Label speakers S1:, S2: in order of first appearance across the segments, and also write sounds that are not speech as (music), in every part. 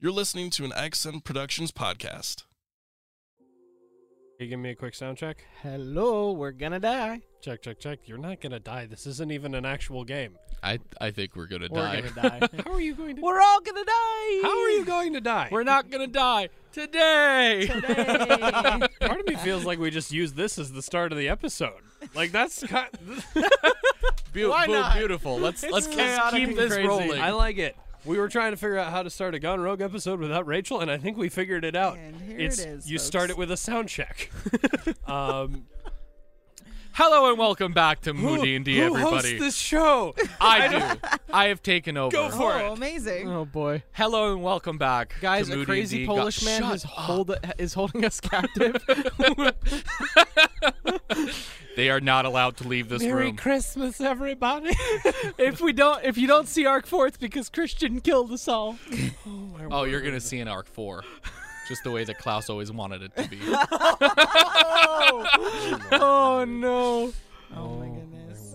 S1: You're listening to an Accent Productions podcast.
S2: Can you give me a quick sound check?
S3: Hello, we're gonna die.
S2: Check, check, check. You're not gonna die. This isn't even an actual game.
S4: I I think we're gonna
S3: We're
S4: die.
S3: gonna die. (laughs)
S2: How are you going to?
S3: we're all gonna die.
S2: How are you going to die?
S4: We're not gonna die
S3: Today.
S4: today. (laughs)
S2: (laughs) Part of me feels like we just used this as the start of the episode. Like that's kind.
S4: Beau-
S3: Why
S4: beau-
S3: not? (laughs)
S4: Beautiful. Let's let's, let's
S3: chaotic
S4: keep
S3: and
S4: this
S3: crazy.
S4: rolling.
S2: I like it. (laughs) We were trying to figure out how to start a Gone Rogue episode without Rachel, and I think we figured it out.
S3: And here it
S2: it's,
S3: is,
S2: You
S3: folks.
S2: start it with a sound check. um,
S4: Hello and welcome back to Mood D and D,
S2: who hosts
S4: everybody.
S2: this show? (laughs)
S4: I do. I have taken over.
S2: Go for
S5: Oh,
S2: it.
S5: amazing.
S3: Oh boy,
S4: Hello and welcome back,
S3: guys!
S4: To
S3: A
S4: Mood
S3: crazy
S4: D&D.
S3: Polish
S4: Go-
S3: man
S4: Shut
S3: is hold is holding us captive.
S4: (laughs) They are not allowed to leave this room.
S2: Christmas, everybody. (laughs)
S3: (laughs) if we don't, if you don't see Arc Fourth, because Christian killed us all.
S4: oh, you're gonna see an arc four, just the way that Klaus always wanted it (laughs) to be.
S3: oh no!
S5: Oh my goodness.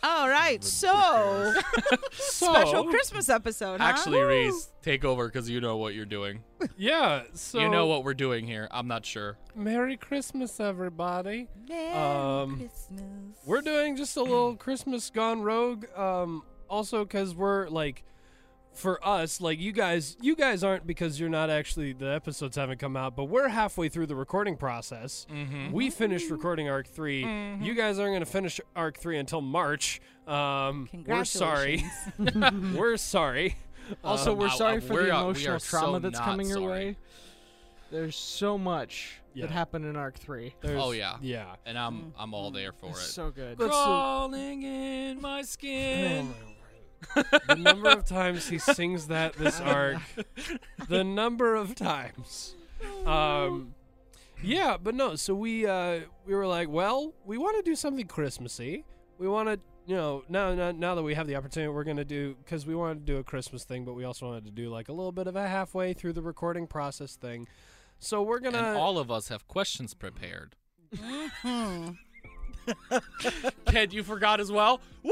S5: All right, so
S2: so,
S5: special Christmas episode. Huh?
S4: Actually, Reese, take over because you know what you're doing.
S2: yeah. So
S4: you know what we're doing here. I'm not sure.
S2: Merry Christmas, everybody.
S5: Merry
S2: um,
S5: Christmas.
S2: We're doing just a little Christmas gone rogue. Um, also, because we're like, for us, like you guys, you guys aren't because you're not actually the episodes haven't come out, but we're halfway through the recording process.
S4: Mm-hmm.
S2: We finished recording Arc 3 You guys aren't going to finish Arc Three until March. Um, we're sorry. (laughs) we're sorry.
S3: Also,
S4: Um,
S3: we're
S4: I- I-
S3: sorry for
S4: we
S3: the
S4: are- we
S3: emotional
S4: are so
S3: trauma that's
S4: not
S3: coming your
S4: sorry.
S3: way. There's so much
S2: Yeah.
S3: that happened in Arc Three.
S2: There's-
S4: Oh, yeah.
S2: yeah.
S4: And I'm I'm all there for it.
S3: It's so good.
S2: Let's-
S4: Crawling in my
S2: Oh
S4: skin.
S2: my word. the number of times he sings that this arc, the number of times. Um, yeah, but no. So we uh, we were like, well, we want to do something Christmassy. We want to, you know, now, now now that we have the opportunity, we're gonna do because we wanted to do a Christmas thing, but we also wanted to do like a little bit of a halfway through the recording process thing. So we're gonna
S4: and all of us have questions prepared. (laughs) Ted, Mm-hmm. you forgot as well. Woo!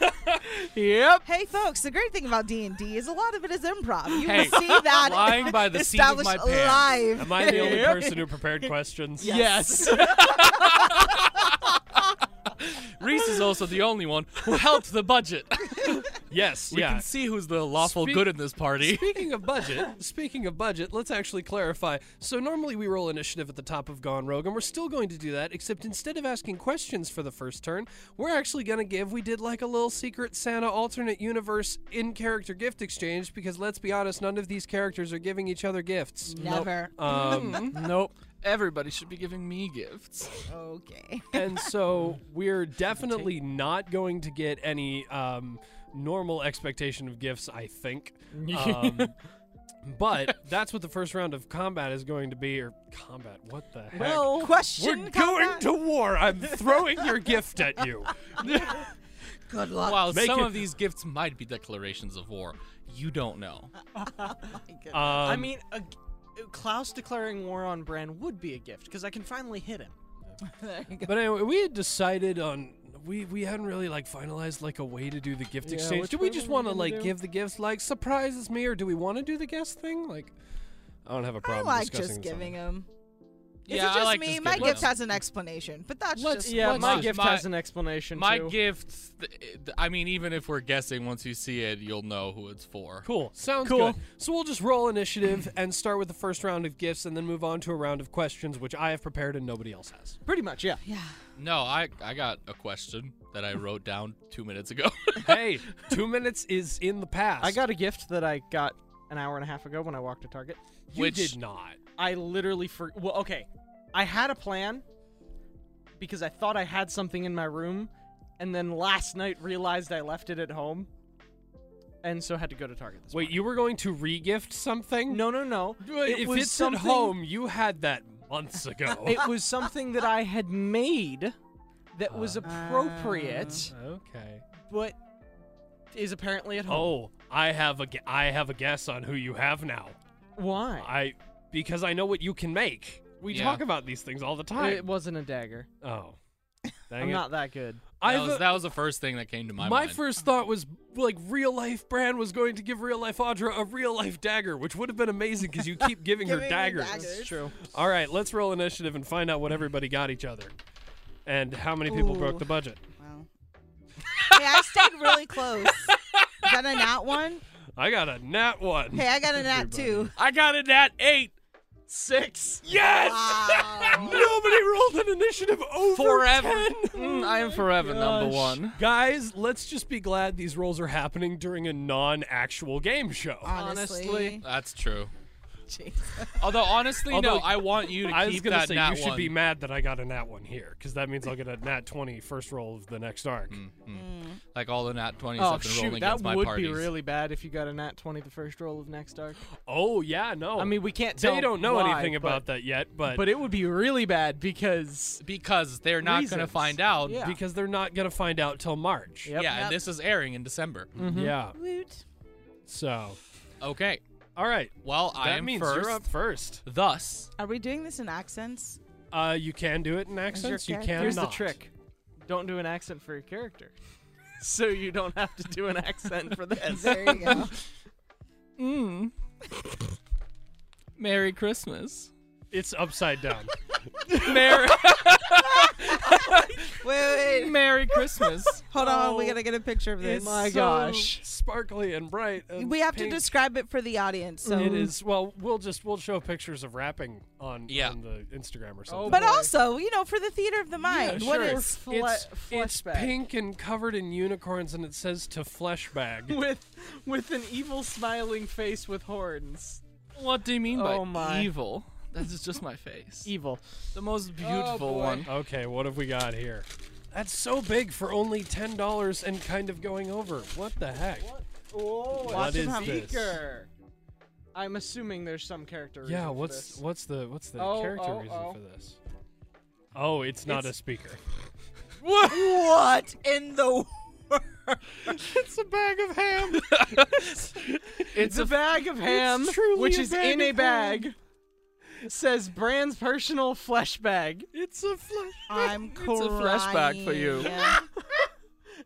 S3: Yep.
S5: Oh, Hey, folks. The great thing about D and D is a lot of it is improv. You
S4: Hey,
S5: will see that
S4: lying by the seat of
S5: established
S4: my pants.
S5: live.
S2: Am I the
S4: (laughs)
S2: only person who prepared questions?
S3: Yes.
S4: Reese is also the only one who helped the (laughs) budget.
S2: Yes.
S4: We
S2: yeah.
S4: can see who's the lawful
S2: Speak-
S4: good in this party.
S2: Speaking of budget, speaking of budget, let's actually clarify. So normally we roll initiative at the top of Gone Rogue, and we're still going to do that, except instead of asking questions for the first turn, we're actually going to give. We did like a little secret Santa alternate universe in character gift exchange because let's be honest, none of these characters are giving each other gifts.
S5: (laughs) Never.
S2: Um,
S4: Nope. (laughs) Everybody should be giving me gifts.
S5: Okay.
S2: and
S3: (laughs)
S2: so we're definitely not going to get any um, normal expectation of gifts, I
S3: (laughs)
S2: think. Um, but that's what the first round of combat is going to be. Or combat, what the heck?
S5: Well,
S2: we're
S5: question.
S2: going
S5: combat.
S2: to war. I'm throwing your gift at you.
S5: Good luck.
S4: While
S2: Make
S4: some
S2: it-
S4: of these gifts might be declarations of war, you don't know.
S2: Um,
S3: (laughs) I mean, a, Klaus declaring war on Bran would be a gift because I can finally hit him.
S5: There you go.
S2: but anyway, we had decided on. We, we hadn't really like finalized like a way to do the gift
S3: Yeah,
S2: exchange.
S3: which
S2: Do we
S3: one
S2: just
S3: were we
S2: want to
S3: gonna
S2: like
S3: do?
S2: give the gifts like surprises me, or do we want to do the guest thing? Like, I don't have a
S5: I
S2: problem.
S5: like
S2: discussing
S5: just
S2: this on
S5: giving
S2: here.
S5: them.
S4: Yeah,
S5: is it
S4: I
S5: just
S4: like
S5: me?
S4: just
S5: My
S4: giving
S5: gift
S4: them.
S5: has an explanation, but that's
S2: Let's-
S5: just
S3: Yeah,
S5: what's
S3: my
S4: not?
S3: gift
S4: My-
S3: has an explanation
S4: My
S3: too.
S4: gift, th- I mean, even if we're guessing, once you see it, you'll know who it's for.
S2: Cool. Sounds
S3: Cool.
S2: good. So we'll just roll initiative and start with the first round of gifts and then move on to a round of questions, which I have prepared and nobody else has.
S3: Pretty much, yeah.
S5: Yeah.
S4: No, I, I got a question that I wrote down two minutes ago.
S2: (laughs)
S4: (laughs)
S2: hey, two minutes is in the past.
S3: I got a gift that I got an hour and a half ago when I walked to Target.
S2: You
S4: Which-
S2: did not.
S3: I literally for well, okay, I had a plan because I thought I had something in my room, and then last night realized I left it at home, and so had to go to Target. This
S2: Wait, you were going to regift something?
S3: morning. no, no, no.
S2: If
S3: it was
S2: it's
S3: something,
S2: at home, you had that months ago.
S3: (laughs) It was something that I had made that was appropriate,
S2: Uh, okay.
S3: but is apparently at home.
S2: (laughs) Oh, I have a gu- I have a guess on who you have now.
S3: Why?
S2: I because I know what you can make. We
S4: Yeah.
S2: talk about these things all the time.
S3: (laughs) It wasn't a dagger.
S2: oh. Dang
S3: I'm
S2: it.
S3: not that good.
S4: That
S2: I've uh,
S4: was, that was the first thing that came to my,
S2: my
S4: mind.
S2: first thought was like real life Bran was going to give real life Audra a real life dagger, which would have been amazing because you keep giving her
S5: (laughs) Giving me
S2: daggers.
S5: daggers.
S3: True.
S2: All right, let's roll initiative and find out what everybody got each other, and how many people broke
S5: Ooh.
S2: the budget.
S5: Wow. hey, I stayed really close. Got a nat one.
S2: I got a nat one.
S5: Hey, I got a nat two.
S4: I got it at eight.
S3: Six.
S2: Yes!
S5: Wow.
S2: (laughs) Nobody rolled an initiative over
S4: Forever.
S2: 10.
S4: Mm, I am forever number one.
S2: Guys, let's just be glad these rolls are happening during a non-actual game show.
S5: Honestly,
S4: That's true.
S5: Jeez.
S4: (laughs) Although honestly,
S2: Although-
S4: no, I want you to
S2: I was
S4: keep
S2: gonna
S4: that
S2: say
S4: nat
S2: you should
S4: one.
S2: be mad that I got a nat one here, because that means I'll get a nat 20 first roll of the next arc.
S4: Hmm. like all the nat twenties
S3: Oh
S4: I've been rolling
S3: shoot, that
S4: against my
S3: would
S4: parties.
S3: be really bad if you got a nat twenty the first roll of next arc.
S2: Oh yeah, no.
S3: I mean, we can't.
S2: they
S3: tell
S2: don't know
S3: why,
S2: anything
S3: but-
S2: about that yet, but,
S3: But it would be really bad because
S4: because they're not going to
S3: Reasons.
S4: find out.
S2: (laughs)
S3: Yeah.
S2: because they're not gonna find out till March.
S3: Yep.
S4: Yeah,
S5: Yep.
S4: and this is airing in December.
S3: Mm-hmm.
S2: Yeah.
S5: Woot.
S2: So,
S4: Okay.
S2: all right.
S4: Well, I
S2: that
S4: am
S2: means
S4: 1st
S2: you're up first.
S4: Thus,
S5: Are we doing this in accents?
S2: Uh, you can do it in accents. You
S5: character-
S2: can.
S5: I'm
S3: here's
S2: not.
S3: the trick: don't do an accent for your character, (laughs) so you don't have to do an accent for (laughs) this.
S5: There you go.
S2: (laughs)
S4: Merry Christmas.
S2: It's upside down.
S4: Merry,
S5: (laughs) Wait, wait, wait.
S4: Merry Christmas.
S5: Hold on. We gotta get a picture of this.
S3: It's my
S2: So
S3: (laughs) gosh.
S2: sparkly and bright. and
S5: we have
S2: pink.
S5: to describe it for the audience. So
S2: It is well. We'll just we'll show pictures of wrapping on
S4: Yeah.
S2: on the Instagram or
S3: Oh,
S2: something.
S5: But
S3: boy.
S5: also, you know, for the theater of the mind,
S2: sure.
S3: (laughs)
S5: what is
S3: Fle-
S2: it's it's
S3: fleshback.
S2: pink and covered in unicorns, and it says to flesh
S3: (laughs)
S2: bag.
S3: with with an evil smiling face with horns.
S4: what do you mean
S3: Oh my.
S4: evil? This is just my face.
S2: E-
S3: Evil.
S4: The
S2: Oh,
S4: most beautiful
S3: boy.
S4: one.
S2: okay, what have we got here? That's so big for only ten dollars and kind of going over. What the heck?
S3: Oh,
S2: What
S5: is
S2: this?
S3: seeker. I'm assuming there's some character. reason
S2: Yeah,
S3: for
S2: what's
S3: this.
S2: what's the what's the
S3: Oh,
S2: character
S3: oh,
S2: reason
S3: oh.
S2: for this? Oh, it's not a
S3: It's- (laughs)
S2: speaker.
S5: what in the world?
S2: It's a bag of ham.
S3: It's a bag of ham,
S2: truly
S3: which
S2: a
S3: is
S2: bag
S3: in a
S2: of ham.
S3: bag. Says Brand's personal flesh bag,
S2: it's a flesh.
S5: I'm crying.
S4: It's a flashback for you.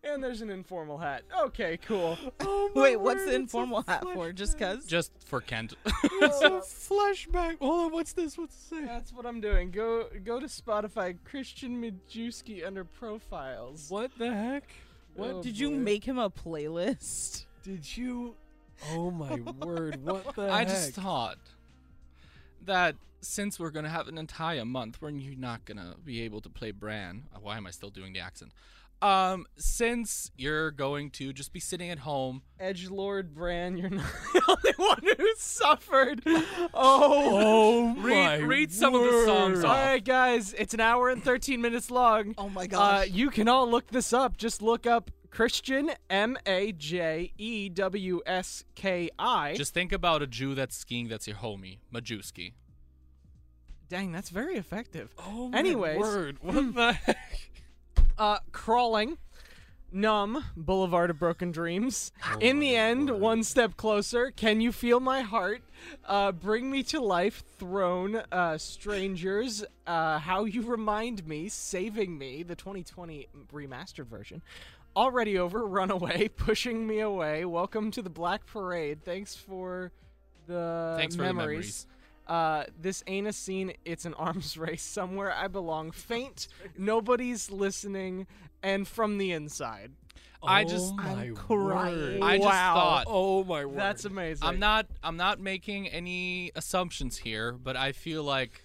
S3: and there's an informal hat. Okay, cool.
S5: (laughs) Wait, what's the informal hat for? Just cuz?
S4: Just for Kent.
S2: It's a flashback. Hold on, what's this? What's this?
S3: That's what I'm doing. Go go to Spotify, Christian Majewski under profiles.
S2: What the heck? What
S3: Oh,
S2: did
S5: Did you
S3: boy.
S5: make him a playlist?
S2: did you? Oh my word!
S3: (laughs)
S2: What the
S4: (laughs) I
S2: heck?
S4: just thought that since we're gonna have an entire month where you're not gonna be able to play Bran, uh, why am I still doing the accent? Um, since you're going to just be sitting at home,
S3: Edge Lord Bran, you're not (laughs) the only one who suffered. Oh.
S2: oh my
S4: read, read some of the songs
S2: word.
S3: All
S4: off.
S3: right, guys, it's an hour and 13 minutes long.
S5: Oh my
S3: Uh,
S5: gosh.
S3: (laughs) you can all look this up. Just look up Christian M A J E W S K I.
S4: Just think about a Jew that's skiing that's your homie, Majewski.
S3: dang, that's very effective.
S2: Oh my
S3: Anyways. Hmm.
S2: word! What the heck?
S3: Uh, crawling, numb, Boulevard of Broken Dreams.
S4: Oh
S3: In the end, one step closer. Can you feel my heart? Uh, bring me to life, throne, uh, strangers. Uh, how you remind me, saving me. The 2020 remastered version. Already over, runaway, (laughs) pushing me away. Welcome to the Black Parade. Thanks for the
S4: Thanks for the memories.
S3: uh, this ain't a scene, it's an arms (laughs) race. Somewhere I belong, faint, nobody's listening, and from the inside.
S4: I just-
S2: oh
S5: I'm
S2: my
S5: crying.
S2: word.
S4: I just
S3: Wow.
S4: thought
S2: oh my word!
S3: That's amazing.
S4: I'm not I'm not making any assumptions here, but I feel like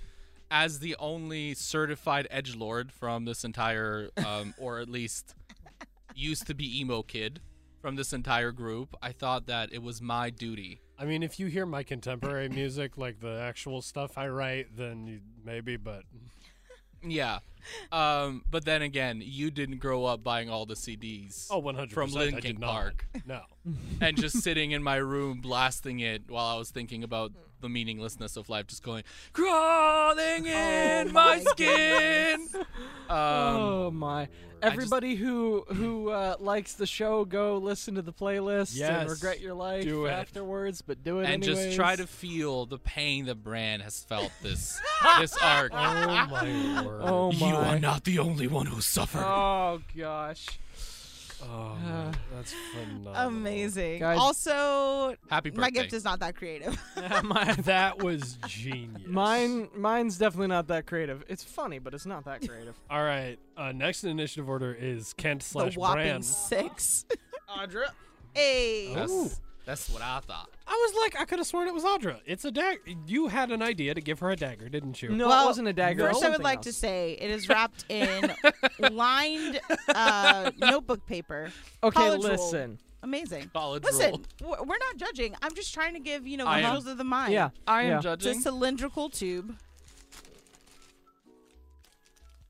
S4: as the only certified edge lord from this entire um, (laughs) or at least used to be emo kid from this entire group, I thought that it was my duty.
S2: I mean, if you hear my contemporary music, like the actual stuff I write, then you, maybe. But
S4: Yeah. Um, but then again, you didn't grow up buying all the CDs
S2: oh, one hundred
S4: From
S2: I
S4: Linkin
S2: did not.
S4: Park.
S2: No.
S4: and just sitting in my room blasting it while I was thinking about the meaninglessness of life, just going crawling in my,
S5: Oh my
S4: skin. Um,
S3: oh my!
S4: just-
S3: Everybody who who uh, likes the show, go listen to the playlist and
S2: Yes,
S3: regret your life
S2: do it.
S3: afterwards. But do it
S4: and just try to
S3: anyways.
S4: feel the pain that Bran has felt this this arc.
S2: (laughs) Oh my word!
S3: Oh my!
S4: you You
S3: my.
S4: are not the only one who suffered.
S3: (laughs) Oh gosh.
S2: Oh, man, that's phenomenal.
S5: (laughs)
S4: (laughs)
S5: Amazing.
S3: Guys-
S5: also,
S4: Happy birthday.
S5: my gift is not that creative. (laughs)
S3: Mine,
S2: (laughs) That was genius.
S3: mine, mine's definitely not that creative. It's funny, but it's not that creative.
S2: All right. Uh, next in initiative order is Kent
S5: the
S2: slash
S5: whopping
S2: Brand.
S5: six.
S3: Audra.
S5: hey.
S2: Oh. Ooh.
S4: That's, that's what I thought.
S2: I was like, I could have sworn it was Audra. It's a dagger. You had an idea to give her a dagger, didn't you?
S3: No,
S5: Well,
S3: it Oh, wasn't a dagger. it was
S5: First, I would
S3: something
S5: like
S3: else.
S5: to say it is wrapped in
S3: (laughs)
S5: lined uh, notebook paper.
S3: Okay,
S5: College roll.
S3: listen.
S5: Amazing.
S4: College
S5: Listen,
S4: rule.
S5: w- we're not judging. I'm just trying to give, you know,
S4: I am-
S5: visuals of the mind.
S3: Yeah,
S4: I am
S3: yeah.
S5: It's a
S4: judging.
S5: cylindrical tube.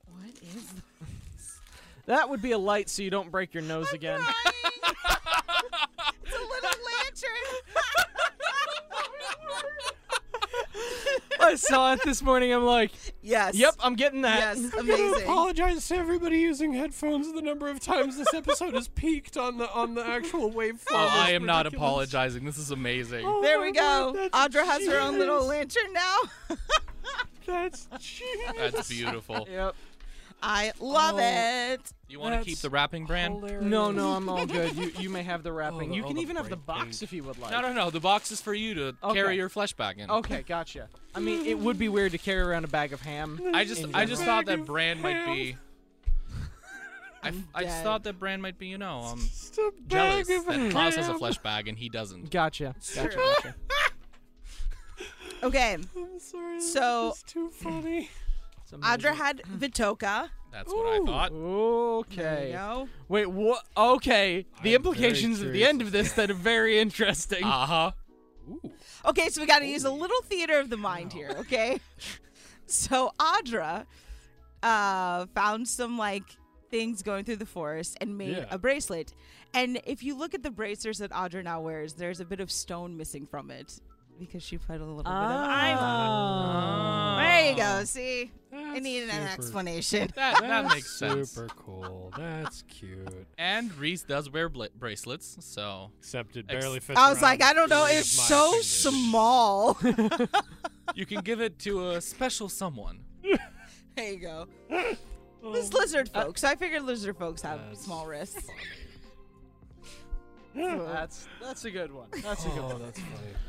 S5: What is
S3: (laughs) That would be a light, so you don't break your nose again.
S5: Again. it's a little
S3: (laughs)
S5: lantern.
S3: I saw it this morning. I'm like,
S5: yes.
S3: yep, I'm getting that. (laughs)
S5: Yes.
S2: I
S3: Oh,
S5: Amazing.
S2: apologize to everybody using headphones. The number of times this episode has peaked on the on the actual waveform. Oh
S4: oh, I am not apologizing. This is amazing.
S5: There we go. Audra has her own little lantern now. (laughs)
S2: That's genius.
S4: That's beautiful.
S3: Yep.
S5: I love
S2: Oh.
S5: it.
S4: You want to keep
S2: That's
S4: the wrapping brand?
S3: No, no, I'm all good. You you may (laughs) have the wrapping.
S2: the-
S3: you
S2: oh,
S3: can
S2: the
S3: even have the
S2: break
S3: box
S2: thing.
S3: if you would like.
S4: No, no, no. The box is for you to
S3: Okay.
S4: carry your flesh back in.
S3: Okay, gotcha. I mean, it would (laughs) be weird to carry around a bag of ham.
S4: I just,
S3: In
S4: I just
S2: general.
S4: thought that brand might be. I, I just
S5: dead.
S4: thought that brand might be, you know, um,
S2: Just a bag
S4: jealous
S2: of
S4: that Klaus has a
S2: ham.
S4: flesh bag and he doesn't.
S3: Gotcha. Gotcha. gotcha.
S5: Okay.
S2: I'm sorry.
S3: (laughs)
S5: So-
S2: It's too
S5: (laughs)
S2: funny.
S3: It's
S5: Audra
S3: amazing.
S5: had Vitoka.
S4: That's what I thought.
S5: There you
S3: Okay.
S5: go.
S3: Wait, what? Okay.
S2: I'm
S3: The implications
S2: very
S3: of the
S2: curious
S3: end of this that are very interesting. (laughs)
S4: Uh huh.
S2: Ooh.
S5: Okay, so we got to use a little theater of the mind here, okay? (laughs) so Audra uh, found some like things going through the forest and made
S2: Yeah.
S5: a bracelet. And if you look at the bracers that Audra now wears, there's a bit of stone missing from it because she put a little bit of iron. on.
S4: Ah.
S5: There you go. See, I
S2: That's
S5: needed an
S2: super- (laughs)
S5: explanation.
S4: That that
S2: that's
S4: makes sense.
S2: Super cool. That's cute.
S4: And Reese does wear bla- bracelets, so
S2: Except it
S4: Ex-
S2: barely fits.
S5: I was
S2: around
S5: like, I don't know.
S2: three of
S5: It's
S2: my
S5: so
S2: fingers.
S5: small. (laughs)
S4: you can give it to a special someone.
S5: there you (laughs) go. This lizard folks. I figured lizard folks have
S2: That's
S5: small (laughs) wrists.
S3: That's that's a good one. That's (sighs) a good
S2: Oh,
S3: one.
S2: that's funny.
S3: Now-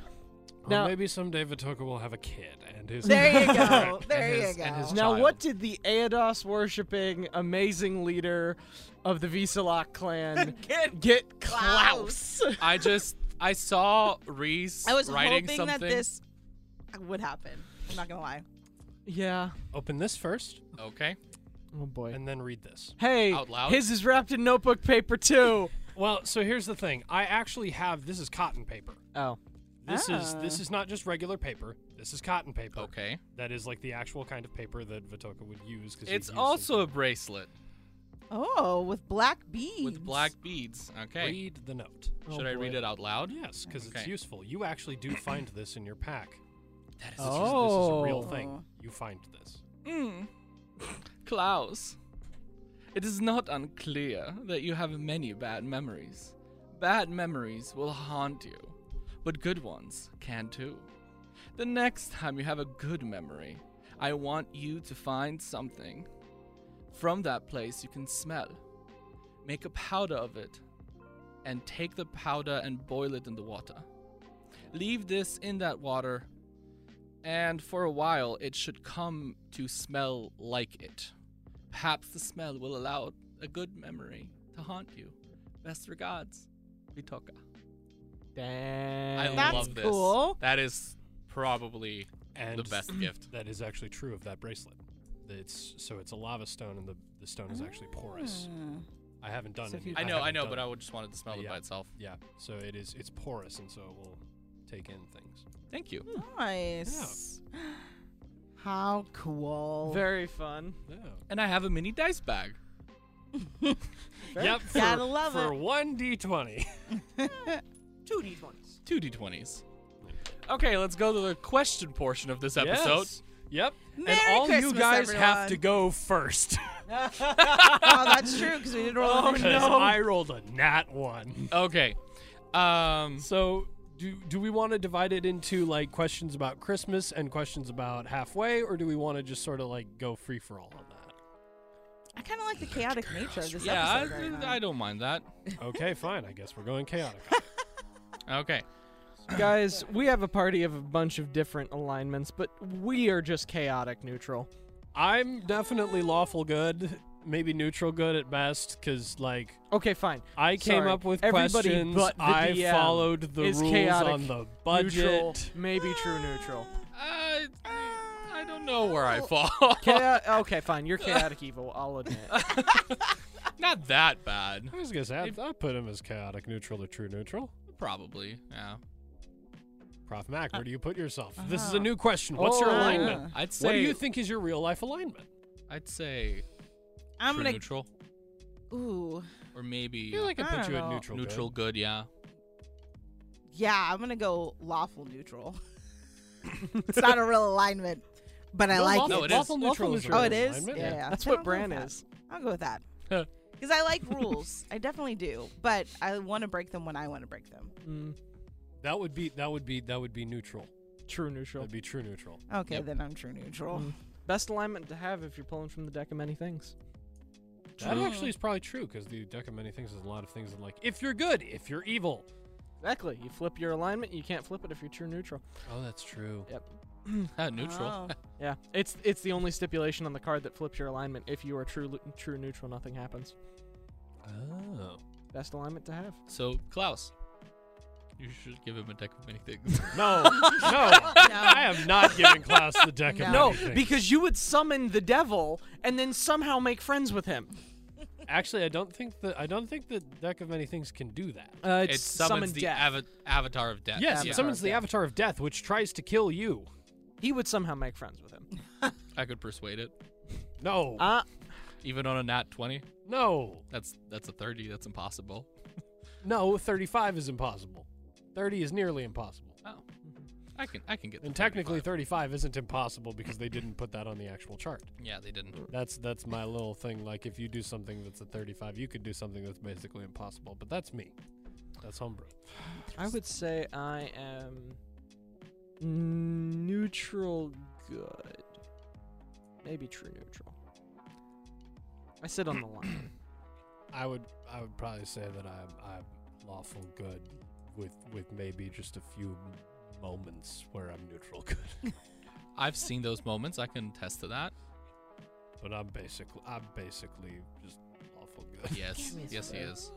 S2: Now, maybe someday Vitoka will have a kid and his.
S5: There you go.
S4: And
S5: There
S4: his-
S5: you
S4: and his
S5: go.
S3: Now,
S4: child.
S3: what did the Aedos worshipping amazing leader of the Visalok clan
S5: Get
S3: get
S5: Klaus.
S3: Klaus?
S4: I just I saw Reese
S5: I was
S4: writing
S5: hoping
S4: something.
S5: that this would happen. I'm not gonna lie.
S3: yeah.
S2: Open this first,
S4: Okay.
S3: Oh boy.
S2: and then read this.
S3: Hey,
S4: Out loud?
S3: his is wrapped in notebook paper too.
S2: Well, so here's the thing. I actually have this is cotton paper.
S3: oh.
S2: This is this is not just regular paper. This is cotton paper.
S4: Okay.
S2: That is like the actual kind of paper that Vitoka would use. Cause he'd
S4: It's
S2: use
S4: also a
S2: some-
S4: bracelet
S5: Oh, with black beads.
S4: with black beads. Okay.
S2: read the note.
S4: Should I read it out loud?
S2: Yes, because it's
S4: Okay.
S2: useful. You actually do find this in your pack.
S4: That
S2: This is-
S4: is
S2: this is a real
S3: Oh.
S2: thing. You find this.
S4: Klaus, it is not unclear that you have many bad memories. Bad memories will haunt you, but good ones can too. The next time you have a good memory, I want you to find something from that place you can smell. Make a powder of it, and take the powder and boil it in the water. Leave this in that water, and for a while it should come to smell like it. Perhaps the smell will allow a good memory to haunt you. Best regards, Vitoka.
S3: Dang.
S5: That's love this. cool.
S4: That is probably
S2: And (clears throat)
S4: gift.
S2: That is actually true of that bracelet. It's so it's a lava stone, and the, the stone is actually porous.
S5: Hmm.
S2: I haven't done.
S3: Ah. So if
S2: any-
S3: you-
S4: I know, I
S2: haven't
S4: know,
S2: done
S4: but
S2: it.
S4: I would just wanted to smell it
S2: Yeah.
S4: by itself.
S2: Yeah, so it is. It's porous, and so it will take in things.
S4: Thank you.
S5: (gasps) Nice. How cool.
S3: Very fun.
S2: Yeah.
S4: And I have a mini dice bag.
S2: Yep. For,
S5: Gotta love
S2: for
S5: it.
S2: one d twenty.
S3: Two D twenties.
S4: Two D20s. Okay, let's go to the question portion of this episode.
S2: Yep. and
S5: Merry
S2: all
S5: Christmas,
S2: you guys have
S5: everyone.
S2: to go
S5: (laughs)
S2: first.
S5: (laughs) oh, that's true because we did (laughs)
S2: (laughs)
S5: roll.
S2: Oh
S5: over.
S2: no! I rolled a nat one.
S4: Okay. Um
S2: So. Do, do we want to divide it into like questions about Christmas and questions about halfway, or do we want to just sort of like go free for all on that?
S5: I kind of like the chaotic nature of this
S4: yeah, I,
S5: episode. right now.
S4: I don't mind that.
S2: Okay, fine. I guess we're going chaotic.
S4: Okay.
S3: Guys, we have a party of a bunch of different alignments, but we are just chaotic neutral.
S2: (laughs) I'm definitely lawful good, maybe neutral good at best, because like
S3: Okay, fine.
S2: I came
S3: Sorry.
S2: up with
S3: Everybody
S2: questions.
S3: but the
S2: I
S3: DM
S2: followed the
S3: is
S2: rules
S3: chaotic,
S2: on the budget.
S3: Neutral, maybe true neutral.
S4: I, Uh, I don't know where I fall.
S3: Chao- okay, fine. You're chaotic evil. I'll
S5: (laughs)
S3: admit.
S4: (laughs) Not that bad.
S2: I was gonna say I'd, I'd put him as chaotic neutral or true neutral.
S4: Probably. Yeah.
S2: Prof Mac, where do you put yourself? This is a new question. What's your
S3: Oh,
S2: alignment?
S5: yeah.
S4: I'd say.
S2: What do you think is your real life alignment?
S4: I'd say
S5: I'm
S4: true
S5: gonna.
S4: neutral,
S5: Ooh.
S4: or maybe
S2: I feel like I
S5: I
S2: put
S5: don't
S2: you at
S5: know.
S2: neutral. good.
S4: neutral good. Yeah.
S5: Yeah, I'm gonna go lawful neutral. (laughs) it's not a real alignment, but I
S2: No,
S5: like
S2: lawful,
S4: No,
S5: it.
S4: it is.
S2: lawful neutral is
S5: Oh,
S2: your
S5: it is. Yeah,
S2: alignment?
S5: yeah.
S3: That's
S5: Then
S3: what
S5: I'll go
S3: Bran
S5: with that.
S3: is.
S5: I'll go with that because I like rules. I definitely do, but I want to break them when I want to break them.
S3: Mm,
S2: That would be that would be that would be neutral.
S3: true neutral.
S2: That'd be true neutral.
S5: Okay,
S4: Yep.
S5: then I'm true neutral.
S3: Mm. Best alignment to have if you're pulling from the deck of many things.
S2: That actually is probably true because the deck of many things is a lot of things. in like, if you're good, if you're evil.
S3: Exactly. You flip your alignment. You can't flip it if you're true neutral.
S2: Oh, that's true.
S4: Ah, neutral.
S5: Oh.
S3: (laughs) Yeah, it's it's the only stipulation on the card that flips your alignment. If you are true lu- true neutral, nothing happens.
S2: Oh.
S3: Best alignment to have.
S4: So Klaus, you should give him a deck of many
S2: (laughs)
S4: things.
S2: No, no.
S5: (laughs)
S2: I am not giving Klaus the deck of
S5: No.
S2: many things.
S3: because you would summon the devil and then somehow make friends with him.
S2: actually, I don't think that I don't think the deck of many things can do that.
S3: Uh,
S4: it summons the ava- avatar of death.
S2: Yes,
S3: Avatar
S2: it summons
S3: of
S2: the
S3: Death.
S2: avatar of death, which tries to kill you.
S3: he would somehow make friends with him.
S4: Mm. I could persuade it,
S2: No,
S3: Uh,
S4: even on a nat twenty.
S2: no,
S4: That's that's a thirty. That's impossible.
S2: no. Thirty-five is impossible. Thirty is nearly impossible.
S4: Oh, I can I can get.
S2: And
S4: the
S2: technically,
S4: 35.
S2: thirty-five isn't impossible because they didn't put that on the actual chart.
S4: yeah, they didn't.
S2: That's that's my little thing. Like if you do something that's a 35, you could do something that's basically impossible. But that's me. That's homebrew.
S3: I would say I am neutral good. Maybe true neutral. I sit on the
S4: (clears throat)
S3: line.
S2: I would I would probably say that I'm I'm lawful good with with maybe just a few moments where I'm neutral good. (laughs)
S4: I've seen those moments. I can attest to that.
S2: But I'm basically I'm basically just lawful good. (laughs)
S4: Yes, yes, he is.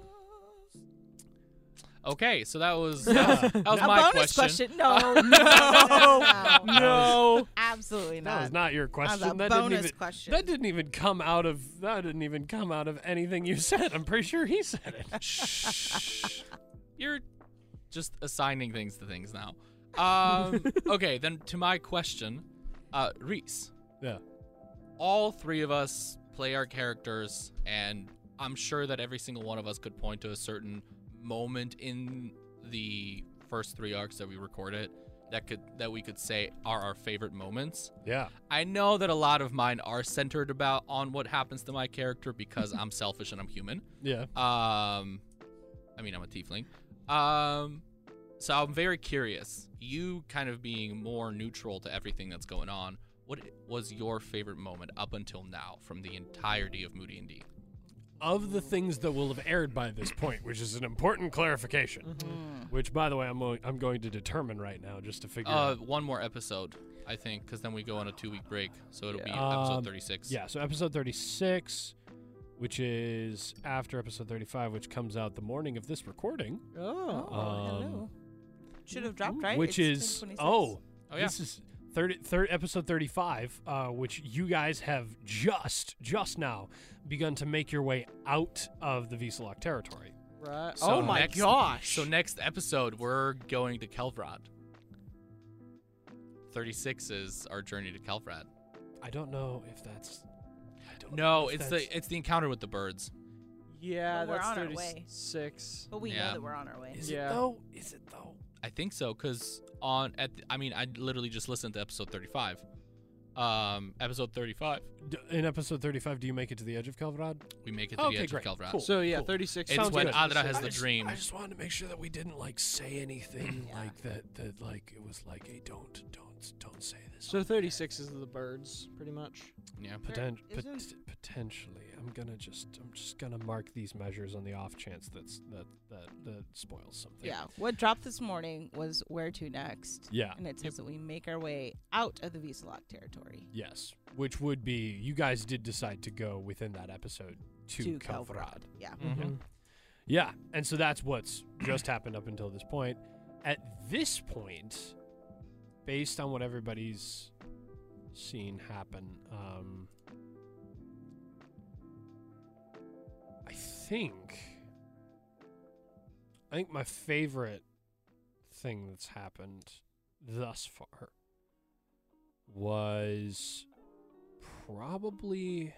S4: Okay, so that
S5: (laughs)
S4: was
S2: Yeah.
S4: that was
S5: a
S4: my
S5: bonus
S4: question.
S5: question. No, no, no, no.
S2: No,
S5: absolutely
S2: that
S5: not.
S2: was not your
S5: That was
S2: question.
S5: a
S2: that
S5: bonus
S2: didn't even
S5: question.
S2: that didn't even come out of that didn't even come out of anything you (laughs) said. I'm pretty sure he said it.
S4: Shh. You're just assigning things to things now.
S5: (laughs)
S4: Um, okay, then to my question, uh, Reese.
S2: Yeah.
S4: All three of us play our characters, and I'm sure that every single one of us could point to a certain moment in the first three arcs that we recorded that could that we could say are our favorite moments.
S2: (laughs) Yeah.
S4: I know that a lot of mine are centered about on what happens to my character
S5: (laughs)
S4: because I'm selfish and I'm human.
S2: Yeah.
S4: Um, I mean, I'm a tiefling. Um, so I'm very curious. You kind of being more neutral to everything that's going on. What was your favorite moment up until now from the entirety of Moody and D?
S2: of the things that will have aired by this point, which is an important clarification.
S5: Mm-hmm.
S2: Which, by the way, I'm going, I'm going to determine right now just to figure
S4: Uh,
S2: out.
S4: one more episode, I think, because then we go on a two-week break, so it'll be
S2: Yeah. Um,
S4: episode 36.
S2: Yeah, so episode 36, which is after episode 35, which comes out the morning of this recording.
S5: Oh,
S3: Oh.
S2: Um,
S5: hello. Should have dropped right.
S2: Which
S5: It's
S2: is
S5: 26.
S2: oh,
S4: Oh yeah.
S2: this is third third episode thirty five, uh, which you guys have just just now begun to make your way out of the Vesalok territory.
S3: Right.
S4: So
S3: oh my
S4: next-
S3: gosh.
S4: So next episode, we're going to Kelvrad. 36 is our journey to Kelvrad.
S2: I don't know if that's. I don't know
S4: No,
S2: if
S4: it's
S2: that's-
S4: the it's the encounter with the birds.
S3: yeah,
S5: But we're
S3: that's
S5: on our way.
S3: 36.
S5: But we
S4: Yeah.
S5: know that we're on our way.
S2: Is
S3: Yeah.
S2: it though? Is it though?
S4: I think so, cause on at the, I mean I literally just listened to episode thirty five. Um, episode thirty five,
S2: D- in episode 35, do you make it to the edge of Kelvrad?
S4: we make it to
S2: Okay,
S4: the edge
S2: great.
S4: of Kelvrad.
S2: Cool.
S3: So yeah,
S2: Cool.
S3: 36.
S4: It's
S3: sounds
S4: when
S3: good.
S4: Adra has
S2: I
S4: the
S2: just-
S4: dream.
S2: I just wanted to make sure that we didn't like say
S5: (clears throat)
S2: anything like that. That like it was like a don't, don't, don't say this.
S3: So 36 is the birds, pretty much.
S4: (laughs) Yeah.
S5: There
S2: Poten- pot-
S5: isn't-
S2: potentially, I'm gonna just I'm just gonna mark these measures on the off chance that's that that that spoils something.
S5: Yeah. What dropped this morning was where to next.
S2: Yeah.
S5: And it says that we make our way out of the Visalok territory.
S2: Yes. Which would be you guys did decide to go within that episode to,
S5: To
S2: Kalvrad.
S5: Kalvrad. Yeah.
S2: Mm-hmm. Yeah, and so that's what's just happened up until this point. At this point, based on what everybody's seen happen, um, I think I think my favorite thing that's happened thus far was probably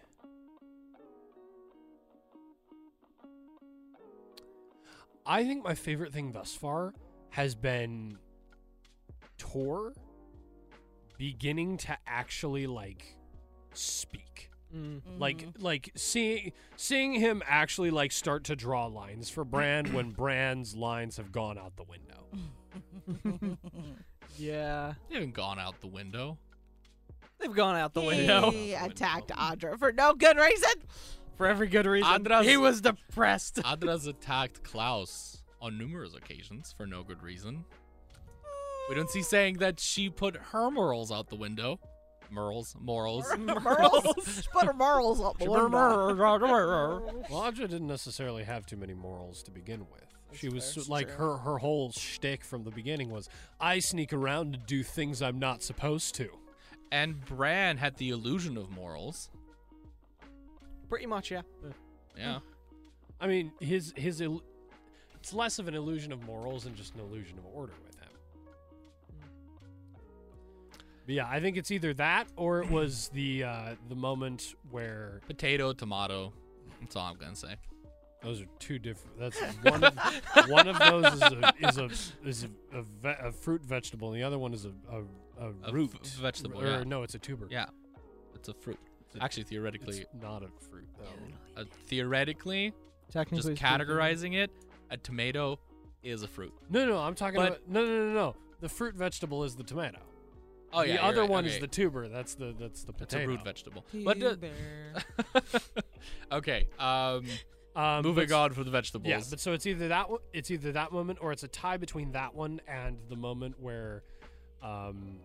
S2: I think my favorite thing thus far has been Tor beginning to actually like speak.
S3: Mm.
S2: Like like seeing seeing him actually like start to draw lines for Brand when Brand's lines have gone out the window.
S3: Yeah.
S4: They haven't gone out the window.
S3: They've gone out the
S5: he
S3: window
S5: attacked Audra for no good reason.
S3: for every good reason.
S4: Andras-
S3: He was depressed.
S4: Adra's attacked Klaus on numerous occasions for no good reason. We don't see saying that she put her morals out the window. Morals, morals.
S5: Merles. Put her morals up. the window.
S2: Well, Audra didn't necessarily have too many morals to begin with. she was
S3: fair.
S2: so- like her her whole shtick from the beginning was I sneak around and do things I'm not supposed to.
S4: (laughs) And Bran had the illusion of morals.
S3: Pretty much, yeah.
S4: Yeah.
S2: I mean, his his il- it's less of an illusion of morals and just an illusion of order with him. But yeah, I think it's either that or it
S4: (laughs)
S2: was the uh, the moment where
S4: Potato, tomato. That's all I'm gonna say.
S2: those are two different. That's one
S4: (laughs)
S2: of one of those is a is a is a, a, ve- a fruit vegetable, and the other one is a a, a
S4: A
S2: root
S4: v- vegetable,
S2: Or
S4: yeah.
S2: no, it's a tuber.
S4: Yeah. It's a fruit.
S2: a-
S4: Actually, theoretically,
S2: it's not a fruit though.
S4: uh, theoretically, just
S3: Technically,
S4: categorizing it, a tomato is a fruit.
S2: No, no, I'm talking
S4: But-
S2: about no, no, no, no. The fruit vegetable is the tomato.
S4: Oh yeah.
S2: the
S4: you're
S2: other
S4: right.
S2: one is
S4: Okay.
S2: the tuber. That's the that's the
S4: It's
S2: potato.
S4: a root vegetable. But uh, okay. Um,
S2: (laughs) Um,
S4: moving
S2: but-
S4: on from the vegetables.
S2: Yeah, but so it's either that one, it's either that moment, or it's a tie between that one and the moment where, um,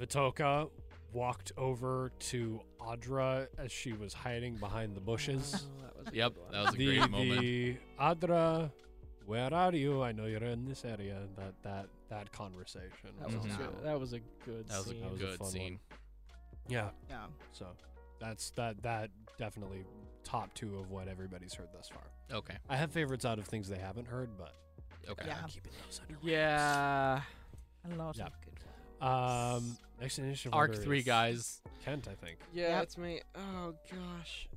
S2: Vitoka walked over to Audra as she was hiding behind the bushes.
S4: (laughs)
S3: Oh,
S4: yep, (laughs) that was a
S2: the,
S4: great moment.
S2: the Audra, where are you? I know you're in this area. That that that conversation.
S3: That was,
S4: Mhm.
S3: a good, that was a good
S4: That was a
S3: scene.
S2: That was a
S4: good
S2: fun one.
S4: scene.
S2: yeah.
S5: Yeah.
S2: So that's that that definitely top two of what everybody's heard thus far.
S4: Okay.
S2: I have favorites out of things they haven't heard, but
S4: Okay.
S5: Yeah.
S2: keeping those under.
S3: Yeah.
S5: A lot
S2: Yeah.
S5: of good ones.
S2: Um, next initiative
S4: Arc
S2: order
S4: three,
S2: is
S4: guys.
S2: Kent, I think.
S3: Yeah,
S5: Yep.
S3: it's me. Oh gosh.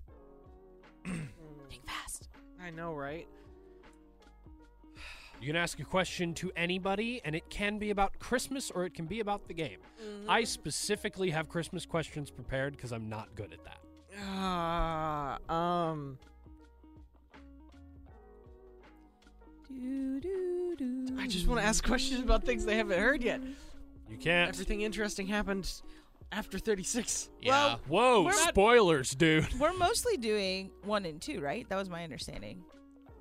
S3: Mm,
S5: Think fast.
S3: (clears throat) I know, right?
S2: You can ask a question to anybody, and it can be about Christmas or it can be about the game. I specifically have Christmas questions prepared because I'm not good at that.
S3: Ah, um,
S5: Do, do, do.
S3: I just want to ask questions about things they haven't heard (laughs) yet.
S2: You can't.
S3: Everything interesting happened after 36.
S4: Yeah.
S5: Well-
S2: Whoa!
S5: We're not-
S2: spoilers, dude.
S5: We're mostly doing one and two, right? That was my understanding.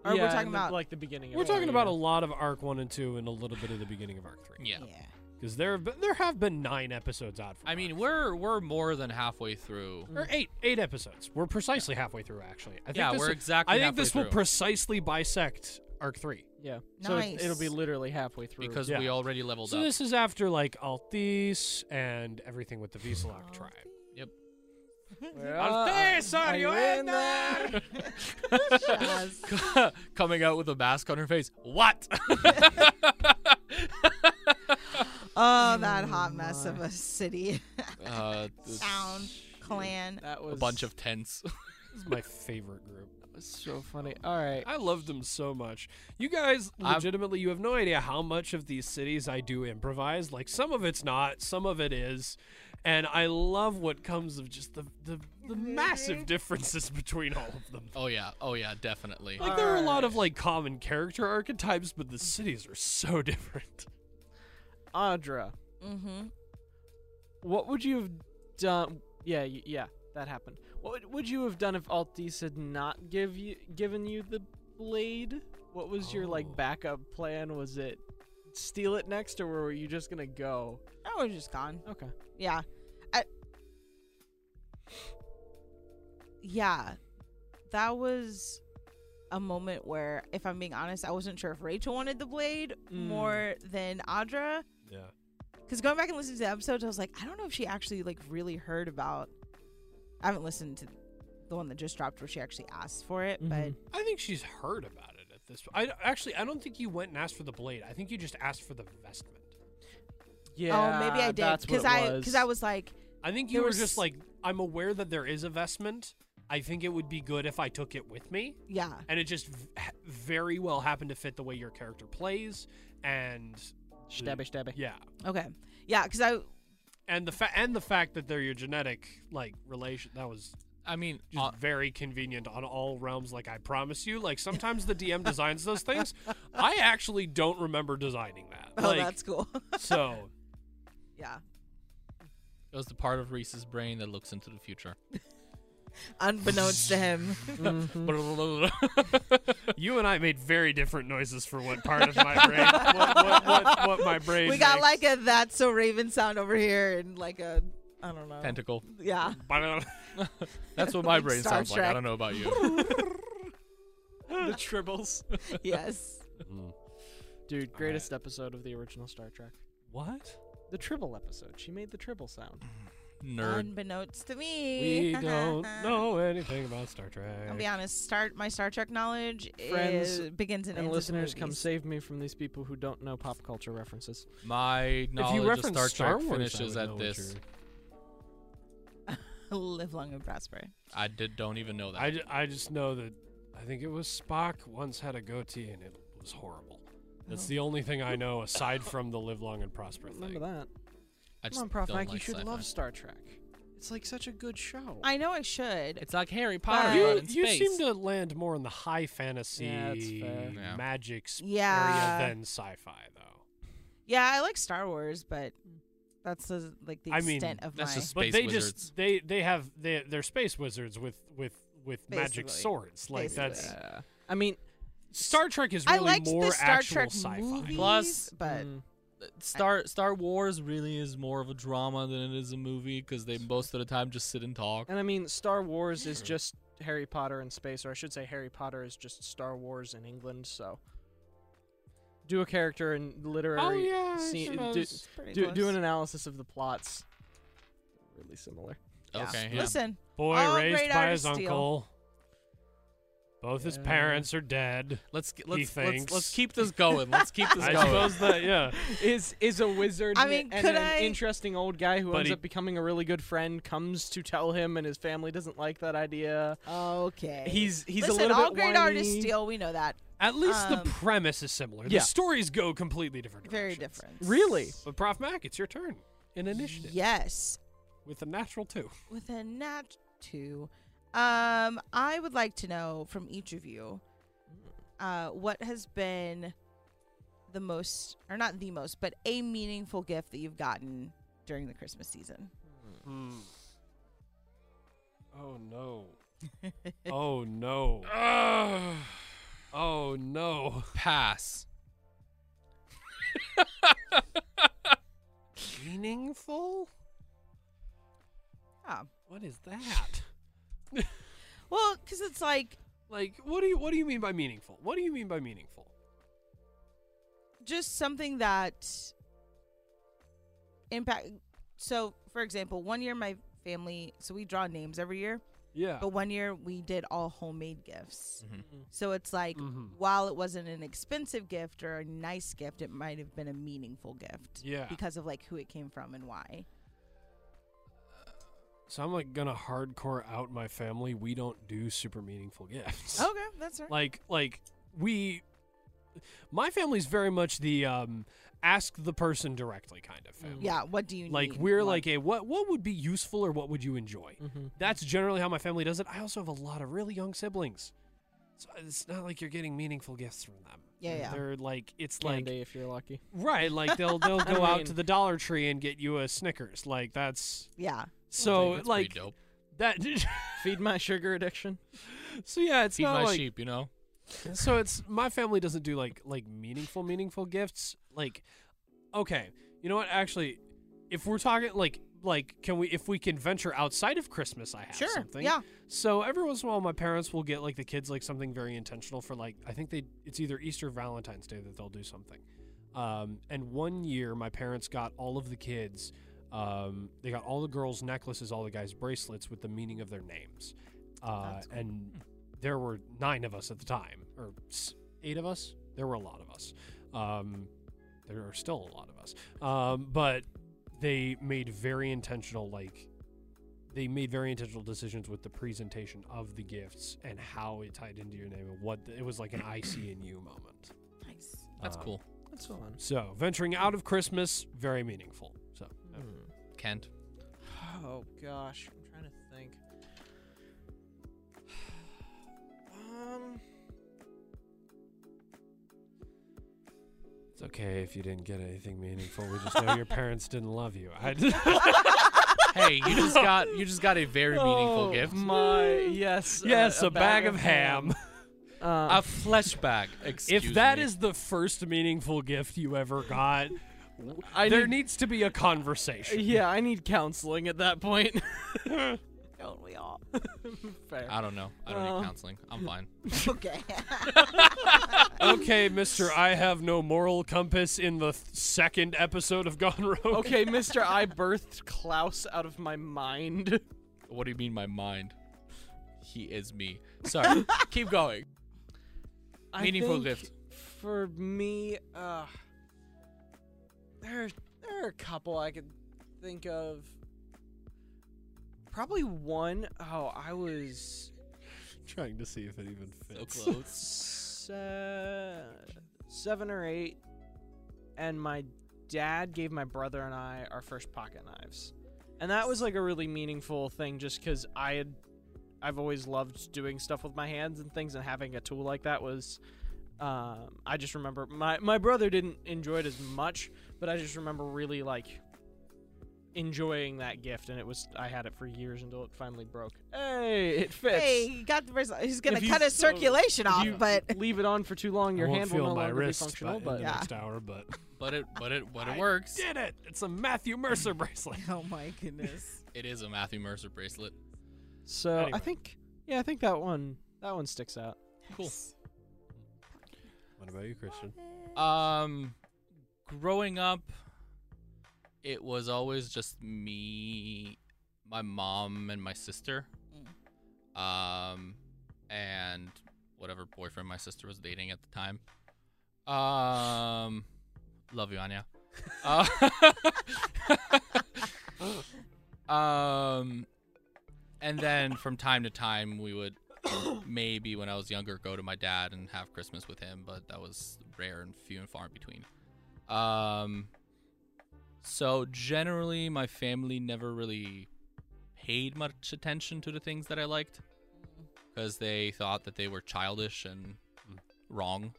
S5: Or we're talking about
S3: like the beginning.
S2: We're talking about a lot of Arc One and Two, and a little bit of the beginning of Arc Three.
S4: yeah.
S2: Because there have been, there have been nine episodes out. From
S4: I mean,
S2: Arc
S4: we're we're more than halfway through.
S2: or eight eight episodes. We're precisely halfway through, actually. I think
S4: Yeah,
S2: this
S4: we're
S2: will-
S4: exactly
S2: I think this
S4: halfway
S2: will
S4: through.
S2: precisely dissect Arc Three.
S3: Yeah. So
S5: So
S3: it,
S5: it's-
S3: it'll
S5: it'll
S3: be
S5: be
S3: literally halfway through.
S4: Because
S2: Yeah.
S4: we already leveled
S2: So
S4: up.
S2: this is after like Altis and everything with the Visalak tribe.
S4: Yep.
S2: Uh,
S3: are you in there? (laughs)
S5: Yes.
S4: (laughs) Coming out with a mask on her face. What?
S5: Oh, that hot mess of a city,
S4: (laughs) uh, this-
S5: town, clan.
S3: That was
S4: a bunch of tents.
S2: This is my favorite group.
S3: That was so funny. All right.
S2: (laughs) I love them so much. You guys,
S4: I'm-
S2: legitimately, you have no idea how much of these cities I do improvise. Like some of it's not, some of it is, and I love what comes of just the the, the
S3: Mm-hmm.
S2: massive differences (laughs) between all of them.
S4: oh yeah. Oh yeah. Definitely.
S2: Like there are a lot of like common character archetypes, but the cities are so (laughs) different.
S3: Audra,
S5: Mm-hmm.
S3: what would you have done? Yeah, y- yeah, that happened. What would- would you have done if Altis had not give you given you the blade? What was your
S2: Oh.
S3: like backup plan? Was it steal it next, or were you just gonna go?
S5: I was just gone.
S3: Okay.
S5: Yeah. I, yeah. That was a moment where, if I'm being honest, I wasn't sure if Rachel wanted the blade
S3: Mm.
S5: more than Audra.
S2: Yeah.
S5: Because going back and listening to the episodes, I was like, I don't know if she actually like really heard about. I haven't listened to the one that just dropped where she actually asked for it,
S3: Mhm.
S2: I think she's heard about it at this point. I actually I don't think you went and asked for the blade. I think you just asked for the vestment.
S5: but
S3: Yeah.
S5: oh, maybe I did
S3: that's what
S5: because
S3: it
S5: I because I was like,
S2: I think
S5: There
S2: you were
S5: was-
S2: just like I'm aware that there is a vestment. I think it would be good if I took it with me.
S5: yeah,
S2: and it just v- h- very well happened to fit the way your character plays and
S3: stabby (laughs) stabby.
S2: yeah
S5: okay, yeah, because I oh,
S2: and the fa- and the fact that they're your genetic like relation that was
S4: I mean,
S2: just
S4: uh,
S2: very convenient on all realms like I promise you like sometimes the DM designs those things I actually don't remember designing that
S5: oh
S2: like
S5: that's cool, (laughs)
S2: so
S5: yeah,
S4: it was the part of Reese's brain that looks into the future.
S5: unbeknownst to him,
S2: Mm-hmm. you and I made very different noises for what part of my
S5: (laughs)
S2: brain what, what, what, what my brain
S5: we got
S2: makes.
S5: like a that's so Raven sound over here and like a I don't
S4: (laughs)
S5: know,
S4: Tentacle.
S5: yeah, (laughs)
S2: uh,
S4: That's (laughs) what my
S5: Like
S4: brain
S5: Star
S4: sounds like. I
S5: Trek.
S4: don't know about (laughs) you.
S3: the tribbles.
S5: yes,
S3: Dude, greatest episode of the original Star Trek.
S2: what
S3: The tribble episode. She made the tribble sound.
S4: Nerd.
S5: unbeknownst to me,
S2: we
S5: (laughs)
S2: don't know anything about Star Trek
S5: I'll be honest. Start my Star Trek knowledge
S3: Friends
S5: is, begins and,
S3: and
S5: ends at the
S3: listeners, come
S5: movies.
S3: save me from these people who don't know pop culture references.
S4: My knowledge of
S2: reference
S4: (laughs) Star Trek
S2: Wars, I
S4: finishes
S2: would know
S4: at
S2: what
S4: this.
S2: you're-
S5: (laughs) live long and prosper.
S4: I did, don't even know that.
S2: I, ju- I just know that I think it was Spock once had a goatee and it was horrible.
S5: Oh.
S2: That's the only thing I know aside from the live long and prosper
S3: Remember
S2: thing.
S3: that.
S4: I just
S3: Come on, Prof.
S4: don't
S3: Mac, you
S4: like
S3: should
S4: sci-fi.
S3: love Star Trek. It's like such a good show.
S5: I know I should.
S4: It's like Harry
S5: Potter,
S4: Potter,
S5: but
S2: You,
S4: in
S2: you
S4: space.
S2: seem to land more in the high fantasy,
S3: Yeah, that's fair.
S4: Yeah.
S2: magic sp-
S5: Yeah.
S2: area than sci-fi, though.
S5: yeah, I like Star Wars, but that's the, like the
S2: I mean,
S5: extent of
S4: that's
S5: my.
S4: just-
S2: But
S4: Space
S2: they
S4: wizards.
S2: just they they have they, they're space wizards with with with magic
S5: Basically.
S2: swords. Like that's
S5: Basically.
S3: Yeah. I mean,
S2: Star Trek is
S5: I
S2: really
S5: liked
S2: more
S5: the Star
S2: actual
S5: Trek
S2: sci-fi.
S5: movies,
S4: Plus-
S5: but
S3: mm,
S4: Star Star Wars really is more of a drama than it is a movie because they most of the time just sit and talk.
S3: and I mean, Star Wars is just Harry Potter in space, or I should say, Harry Potter is just Star Wars in England. So, do a character and literary
S2: Oh yeah, I
S3: scene. Do,
S2: suppose.
S5: pretty
S3: do,
S5: close.
S3: do an analysis of the plots. Really similar.
S5: Yeah.
S4: Okay, yeah.
S5: Listen,
S2: boy
S5: All
S2: raised
S5: great
S2: by his
S5: artists steal.
S2: uncle. Both his
S3: Yeah.
S2: parents are dead.
S4: Let's g- let's, let's
S2: thinks.
S4: let's keep this going.
S2: (laughs)
S4: Let's keep this
S2: I
S4: going.
S2: suppose that yeah.
S3: Is is a wizard
S5: I
S3: and-
S5: mean,
S3: and
S5: could
S3: an
S5: I-
S3: interesting old guy who
S2: But
S3: ends
S2: he-
S3: up becoming a really good friend comes to tell him, and his family doesn't like that idea.
S5: okay.
S3: He's he's
S5: Listen,
S3: a little
S5: all
S3: bit
S5: great
S3: whiny.
S5: artists steal. We know that.
S2: At least
S5: Um,
S2: the premise is similar.
S3: yeah.
S2: The stories go completely different.
S5: Very
S2: directions.
S5: different.
S3: Really?
S2: But Prof Mac, it's your turn. An initiative
S5: Yes.
S2: with a natural two.
S5: With a nat two, um, I would like to know from each of you, uh, what has been the most, or not the most, but a meaningful gift that you've gotten during the Christmas season.
S2: Hmm. Oh (laughs) no. oh no. oh no.
S4: Pass.
S2: Meaningful?
S5: Oh.
S2: What is that?
S5: Well, because it's like
S2: (laughs) Like, what do you what do you mean by meaningful? What do you mean by meaningful?
S5: just something that impact. So, for example, one year my family, so we draw names every year,
S2: Yeah.
S5: but one year we did all homemade gifts.
S4: Mhm.
S5: So it's like
S2: Mhm.
S5: while it wasn't an expensive gift or a nice gift, it might have been a meaningful gift.
S2: Yeah.
S5: Because of like who it came from and why.
S2: So I'm like gonna hardcore out my family. We don't do super meaningful gifts.
S5: Okay, that's
S2: (laughs)
S5: right.
S2: Like like we my family's very much the um ask the person directly kind of family.
S5: yeah, what do you
S2: Like
S5: need?
S2: we're
S5: What-
S2: like a what what would be useful or what would you enjoy?
S5: Mm-hmm.
S2: That's generally how my family does it. I also have a lot of really young siblings. So uh, it's not like you're getting meaningful gifts from them.
S5: Yeah, yeah.
S2: They're like it's
S3: Candy,
S2: like
S3: if you're lucky.
S2: right, like
S5: (laughs)
S2: they'll they'll
S3: I
S2: go out
S3: mean-
S2: to the Dollar Tree and get you a Snickers. Like that's
S5: Yeah.
S2: so
S4: That's pretty
S2: like
S4: dope.
S2: That
S3: Feed my sugar addiction.
S2: (laughs) so yeah, it's
S4: Feed
S2: not
S4: my
S2: like
S4: sheep, you know?
S2: so it's my family doesn't do like like meaningful meaningful gifts like okay you know what actually if we're talking like like can we if we can venture outside of christmas i have
S5: Sure,
S2: something
S5: yeah. (laughs)
S2: so every once in a while my parents will get like the kids like something very intentional for like i think they it's either easter or valentine's day that they'll do something um, and one year my parents got all of the kids um, they got all the girls necklaces all the guys bracelets with the meaning of their names uh,
S5: That's cool. Hmm.
S2: and there were nine of us at the time, or s- eight of us. There were a lot of us. Um, there are still a lot of us. Um, but they made very intentional, like, they made very intentional decisions with the presentation of the gifts and how it tied into your name and what the, it was like an I see in you moment.
S5: Nice.
S4: That's
S2: Um,
S4: cool.
S3: That's fun.
S2: So venturing out of Christmas, very meaningful. So
S3: Hmm.
S4: Kent.
S3: Oh gosh, I'm trying to think. Um,
S2: it's okay if you didn't get anything meaningful. We (laughs) just know your parents didn't love you. I (laughs)
S4: Hey, you just got you just got a very
S2: (laughs)
S4: meaningful
S3: oh,
S4: gift.
S3: My (laughs) yes, uh,
S2: yes, a, bag, of ham.
S3: Um,
S4: A flesh bag. Excuse
S2: if that
S4: me.
S2: is the first meaningful gift you ever got,
S3: (laughs) I
S2: there
S3: need-
S2: needs to be a conversation.
S3: (laughs) yeah, I need counseling at that point. (laughs)
S5: Don't we all?
S3: Fair.
S4: I don't know. I don't
S3: Oh.
S4: need counseling. I'm fine.
S5: Okay.
S2: Okay, Mister, I have no moral compass. In the th- second episode of Gone Rogue.
S3: Okay, Mister, I birthed Klaus out of my mind.
S4: What do you mean my mind? He is me.
S2: (laughs)
S4: Sorry. Keep going.
S3: I
S4: Meaningful
S3: think
S4: gift.
S3: for me. Uh, there, there are a couple I could think of. Probably one oh I was
S2: trying to see if it even
S4: So
S2: fits.
S4: close.
S3: se- Uh, seven or eight, and my dad gave my brother and I our first pocket knives, and that was like a really meaningful thing, just because I had, I've always loved doing stuff with my hands and things, and having a tool like that was, um, I just remember my my brother didn't enjoy it as much, but I just remember really like enjoying that gift and it was i had it for years until it finally broke hey it fits
S5: hey, he got the result. He's gonna
S3: If you-
S5: cut his circulation
S3: if
S5: off,
S3: you
S5: but (laughs)
S3: leave it on for too long, your
S2: I won't
S3: hand will
S2: feel
S3: no
S2: my
S3: longer
S2: wrist
S3: be functional.
S2: but,
S3: But
S2: in
S5: Yeah.
S2: the next hour, but
S4: (laughs)
S2: (laughs)
S4: But it but it but it
S2: I
S4: works.
S2: Did it? It's a Matthew Mercer
S5: (laughs)
S2: bracelet.
S5: oh my goodness.
S4: It is a Matthew Mercer bracelet.
S3: so
S2: Anyway.
S3: I think, yeah, I think that one that one sticks out.
S4: Cool.
S5: Nice.
S2: What about you, Christian?
S4: Um, growing up, it was always just me, my mom, and my sister. Um, and whatever boyfriend my sister was dating at the time. Um, love you, Anya. (laughs) Uh, um, and then from time to time, we would maybe when I was younger go to my dad and have Christmas with him, but that was rare and few and far in between. Um so generally my family never really paid much attention to the things that I liked because they thought that they were childish and wrong.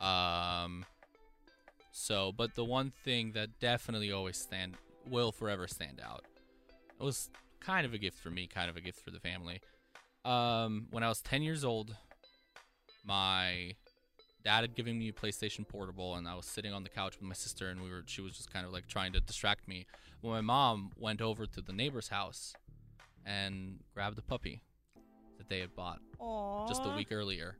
S4: Um so but the one thing that definitely always stand will forever stand out. It was kind of a gift for me, kind of a gift for the family um, when I was 10 years old, my dad had given me a PlayStation Portable, and I was sitting on the couch with my sister, and we were she was just kind of like trying to distract me. When my mom went over to the neighbor's house and grabbed a puppy that they had bought just a
S5: Aw.
S4: week earlier,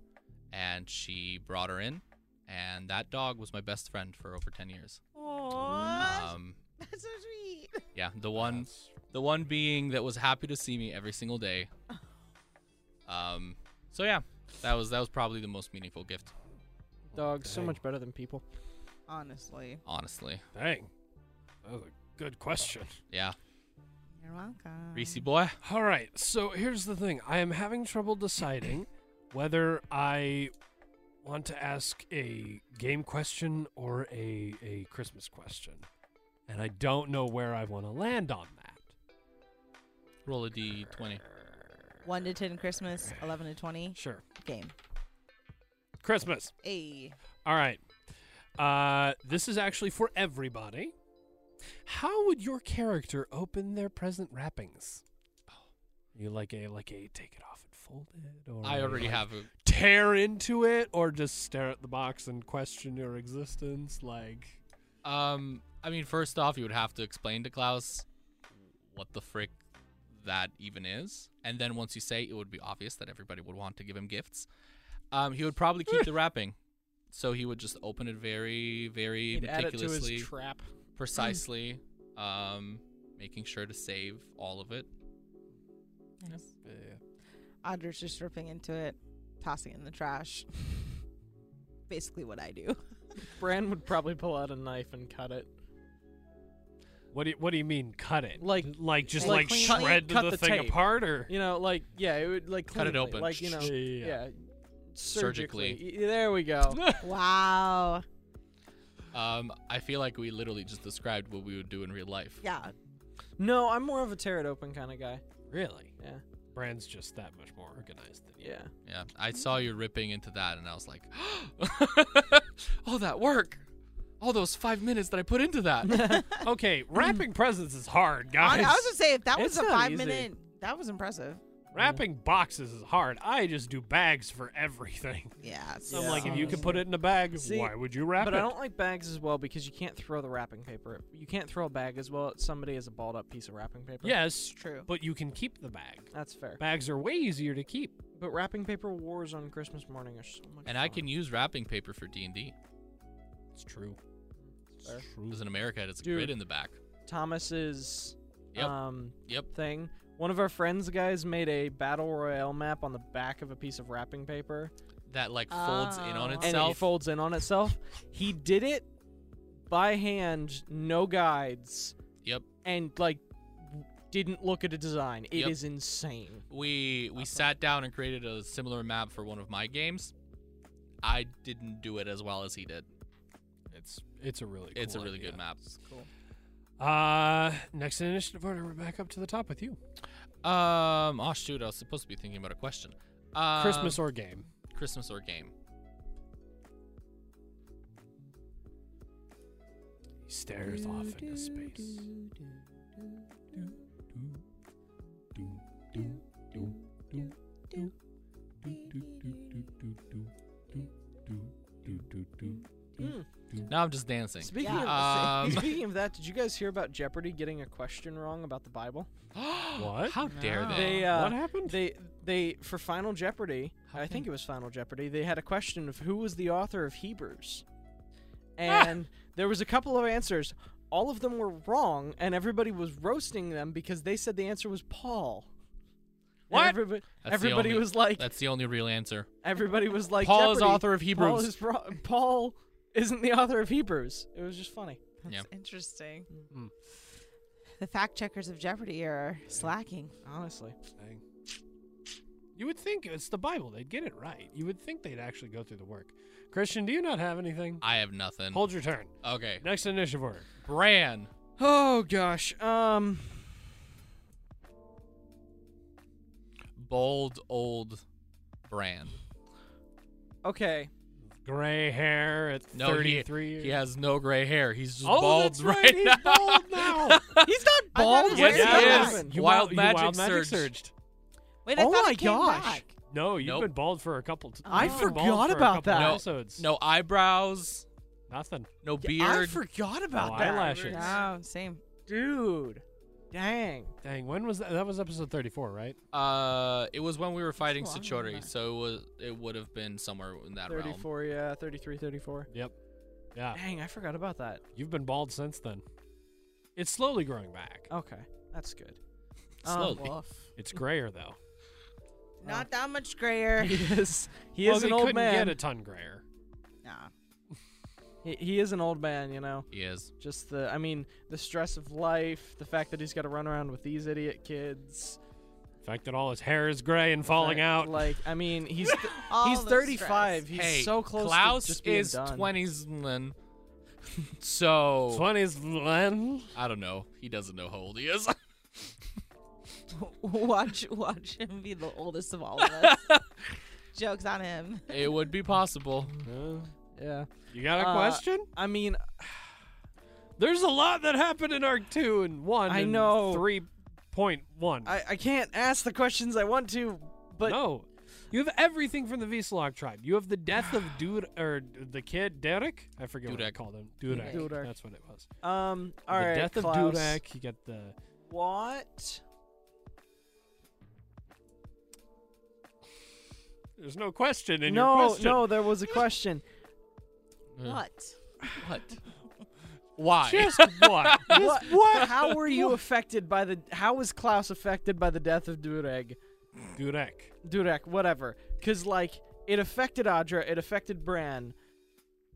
S4: and she brought her in, and that dog was my best friend for over 10 years.
S5: Aw.
S4: Um,
S5: (laughs) That's so sweet.
S4: yeah, the one the one being that was happy to see me every
S3: (laughs)
S4: single day. Um. So yeah, that was that was probably the most meaningful gift,
S3: Dogs so
S2: Dang.
S3: much better than people.
S5: Honestly.
S4: honestly.
S2: Dang, that was a good question.
S4: Yeah,
S5: You're welcome.
S4: Reese boy.
S2: All right, so here's the thing. I am having trouble deciding whether I want to ask a game question or a, a Christmas question. And I don't know where I want to land on that.
S4: Roll a d twenty.
S5: One to ten Christmas, eleven to twenty
S2: Sure.
S5: game.
S2: Christmas.
S5: Hey.
S2: All right. Uh, this is actually for everybody. How would your character open their present wrappings? Oh, You like a like a take it off and fold it, or
S4: I
S2: a,
S4: already
S2: like,
S4: have a
S2: tear into it, or just stare at the box and question your existence. Like,
S4: Um, I mean, first off, you would have to explain to Klaus what the frick that even is, and then once you say, it would be obvious that everybody would want to give him gifts. Um, he would probably
S3: (laughs)
S4: keep the wrapping, so he would just open it very, very
S3: He'd add it to his
S4: meticulously,
S3: trap.
S4: precisely, um, making sure to save all of it.
S5: Nice.
S2: eh.
S5: Audra's just ripping into it, tossing it in the trash. (laughs) Basically, what I do.
S3: Bran would probably pull out a knife and cut it.
S2: what do you, what do you mean cut it?
S3: Like-
S2: L- like just
S3: like
S2: like,
S3: clean-
S2: shred
S3: cut
S2: the,
S3: the
S2: thing
S3: tape.
S2: apart, or
S3: You know, like yeah, it would like
S4: Cut it
S3: cleanly,
S4: open.
S3: like you know, yeah, surgically.
S4: Surgically.
S3: Y- There we go. (laughs)
S5: wow.
S4: Um, I feel like we literally just described what we would do in real life.
S3: Uh,
S5: Yeah.
S3: No, I'm more of a tear it open kind of guy.
S2: really,
S3: Yeah,
S2: (laughs) Brand's just that much more organized than you.
S3: yeah.
S4: Yeah, I saw you ripping into that, and I was like, (gasps) all that work, all those five minutes that I put
S3: (laughs)
S4: into that.
S2: Okay, wrapping presents is hard,
S5: I,
S2: guys.
S5: I was gonna say if that was
S3: It's
S5: a
S3: not
S5: five
S3: easy.
S5: minute, that was impressive.
S2: wrapping boxes is hard. I just do bags for everything. (laughs)
S5: Yeah.
S2: I'm
S3: Yeah.
S2: like, if you can put it in a bag,
S3: See,
S2: why would you wrap
S3: But
S2: it?
S3: I don't like bags as well because you can't throw the wrapping paper. You can't throw a bag as well at somebody as a balled up piece of wrapping paper.
S2: yes,
S5: True.
S2: but you can keep the bag.
S3: that's fair.
S2: Bags are way easier to keep.
S3: But wrapping paper wars on Christmas morning are so much.
S4: and I
S3: fun.
S4: can use wrapping paper for D and D
S2: It's true. It's
S3: Fair.
S2: true.
S4: because in America it's
S3: Dude.
S4: grid in the back.
S3: Thomas's
S4: Yep.
S3: um
S4: Yep.
S3: thing. One of our friends guys made a battle royale map on the back of a piece of wrapping paper
S4: That like folds in on
S5: Oh. And
S3: and it
S4: itself.
S3: folds in on itself. He did it by hand, no guides,
S4: yep.
S3: and like didn't look at a design. It is
S4: Yep.
S3: insane.
S4: We we sat down and created a similar map for one of my games. I didn't do it as well as he did.
S2: It's it's a really
S4: It's a
S2: cool
S4: really
S2: idea.
S4: good map.
S2: Uh, next initiative order, we're back up to the top with you.
S4: Um. Oh shoot! I was supposed to be thinking about a question.
S3: Uh,
S4: Um,
S2: Christmas or game?
S4: Christmas or game.
S2: He stares off into space.
S3: (gasps) Mm.
S4: Now I'm just dancing.
S3: Speaking
S5: Yeah.
S3: of
S2: (laughs)
S3: (laughs)
S4: Um, (laughs)
S3: speaking of that, did you guys hear about Jeopardy getting a question wrong about the Bible?
S2: What?
S4: How dare they?
S5: No.
S3: They uh,
S2: what happened?
S3: They they for Final Jeopardy,
S4: How
S3: I
S4: can-
S3: think it was Final Jeopardy. They had a question of who was the author of Hebrews,
S4: Ah!
S3: and there was a couple of answers. All of them were wrong, and everybody was roasting them because they said the answer was Paul. And
S2: What?
S3: everybo-
S4: That's the
S3: everybody
S4: only-
S3: was like,
S4: That's the only real answer.
S3: everybody was like,
S4: Paul is
S3: "Jeopardy,
S4: author of
S3: Paul,
S4: Hebrews."
S3: is wro- Paul isn't the author of Hebrews. It was just funny.
S5: That's
S4: Yeah.
S5: interesting.
S2: Mm.
S5: The fact checkers of Jeopardy are slacking.
S3: Oh Honestly,
S2: You would think it's the Bible. They'd get it right. You would think they'd actually go through the work. Christian, do you not have anything?
S4: I have nothing.
S2: Hold your turn.
S4: okay.
S2: Next initiative order.
S4: Bran.
S3: oh gosh, um,
S4: Bold old Bran. (laughs)
S3: okay,
S2: Gray hair at
S4: No, he-
S2: 33.
S4: He has no gray hair. He's just
S2: oh,
S4: bald
S2: that's right. He's
S4: now. (laughs)
S2: bald now.
S3: he's not
S5: I thought
S3: bald.
S5: he
S3: Where
S5: was
S3: did
S5: bald.
S3: that
S5: Yes,
S3: happen?
S2: You
S4: Wild
S2: you
S4: magic
S2: wild magic
S4: surged.
S2: surged.
S5: Wait, I
S3: Oh
S5: thought
S3: my
S5: it came
S3: gosh.
S5: back.
S2: No, you've
S4: Nope.
S2: been bald for a couple. T-
S5: I
S2: you've been bald
S3: forgot
S2: for a
S3: about
S2: couple
S3: that.
S4: No,
S2: Episodes.
S4: no eyebrows.
S2: nothing.
S4: No beard.
S3: I forgot about
S2: No
S3: that.
S2: Oh, eyelashes.
S5: No, same.
S3: Dude. Dang.
S2: Dang, when was that? That was episode 34, right?
S4: uh, it was when we were fighting
S3: Oh,
S5: long ago
S4: Sachori,
S5: back.
S4: so it was it would have been somewhere in that realm.
S3: 34, yeah, 33, 34.
S2: Yep. Yeah,
S3: Dang, I forgot about that.
S2: you've been bald since then. It's slowly growing back.
S3: Okay, that's good. Oh,
S4: Slowly.
S2: It's grayer though.
S5: Not that much
S3: (laughs)
S5: grayer.
S3: (laughs) he is, he
S2: well,
S3: is
S2: they
S3: an old
S2: couldn't get
S3: man.
S2: a ton grayer.
S5: nah.
S3: He, he is an old man, you know.
S4: He is.
S3: Just the, I mean, the stress of life, the fact that he's got to run around with these idiot kids.
S2: The fact that all his hair is gray and falling
S3: Like-
S2: out.
S3: Like, I mean, he's th-
S5: All
S3: he's
S5: the
S3: 35. He's
S4: hey,
S3: so close
S4: Klaus
S3: to just being
S4: is
S3: done.
S4: twenties, then. (laughs) so
S2: 20s Len.
S4: I don't know. He doesn't know how old he
S3: (laughs)
S4: is.
S5: stress. (laughs) watch, watch him be the oldest of all
S2: (laughs)
S5: of us. Jokes on him.
S4: it would be possible.
S2: Uh,
S3: Yeah.
S2: you got a
S3: Uh,
S2: question?
S3: I mean,
S2: There's a lot that happened in arc 2 and 1
S3: I
S2: and
S3: know.
S2: 3 Point one.
S3: I, I can't ask the questions I want to, but
S2: no. You have everything from the Veselog tribe. You have the death
S3: (sighs)
S2: of Dude or the kid Derek. I forget what I
S4: Dudek.
S2: called him. Dudek.
S3: Dudek.
S2: That's what it was.
S3: um, all
S2: the
S3: right,
S2: death
S3: Klaus,
S2: of Dudek. You get the
S3: What?
S2: There's no question in
S3: no,
S2: your question. (laughs)
S3: no, there was a question.
S5: What?
S4: What? Why?
S2: Just what?
S3: what? what? How were you affected by the? How was Klaus affected by the death of Dureg?
S2: Dudek.
S3: Durek, whatever. Cause like it affected Audra, it affected Bran.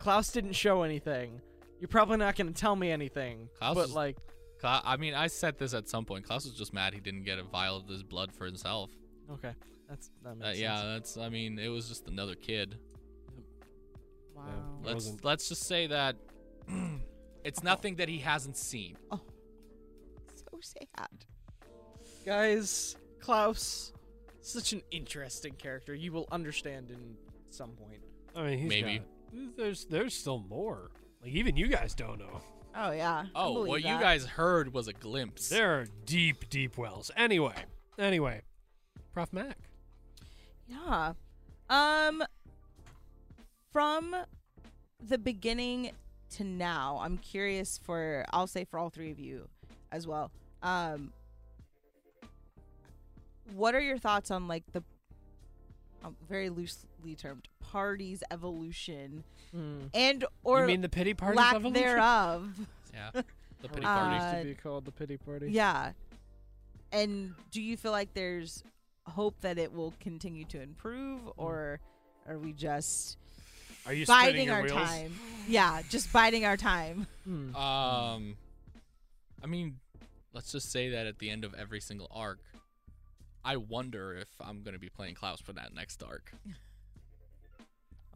S3: Klaus didn't show anything. You're probably not gonna tell me anything.
S4: Klaus
S3: but
S4: is-
S3: like,
S4: Cla- I mean, I said this at some point. Klaus was just mad he didn't get a vial of this blood for himself.
S3: okay, that's that
S4: Uh,
S3: makes
S4: yeah,
S3: sense.
S4: that's. I mean, it was just another kid.
S5: Wow.
S2: Yeah.
S4: Let's
S2: wasn't.
S4: let's just say that it's nothing that he hasn't seen.
S5: So sad.
S3: Guys, Klaus, such an interesting character. You will understand in some point.
S2: I mean, he's
S4: Maybe.
S2: got- there's there's still more. Like even you guys don't know.
S5: Oh yeah. I
S4: Oh,
S5: believe
S4: what you
S5: that.
S4: guys heard was a glimpse.
S2: There are deep, deep wells. Anyway, anyway, Prof Mac.
S5: Yeah. Um from the beginning to now, I'm curious for I'll say for all three of you as well. Um what are your thoughts on like the um, very loosely termed party's evolution and or
S2: Hmm. you mean the pity party
S5: lack
S2: evolution?
S5: thereof?
S2: (laughs)
S4: Yeah. The pity
S5: Uh,
S4: party.
S5: used to be
S3: called the pity party.
S5: Yeah. And do you feel like there's hope that it will continue to improve
S2: Mm.
S5: or are we just
S2: Are you spinning
S5: biding
S2: your
S5: our
S2: wheels?
S5: time. Yeah, just biding
S2: (laughs)
S5: our time.
S4: Um, I mean, let's just say that at the end of every single arc, I wonder if I'm gonna be playing Klaus for that next arc.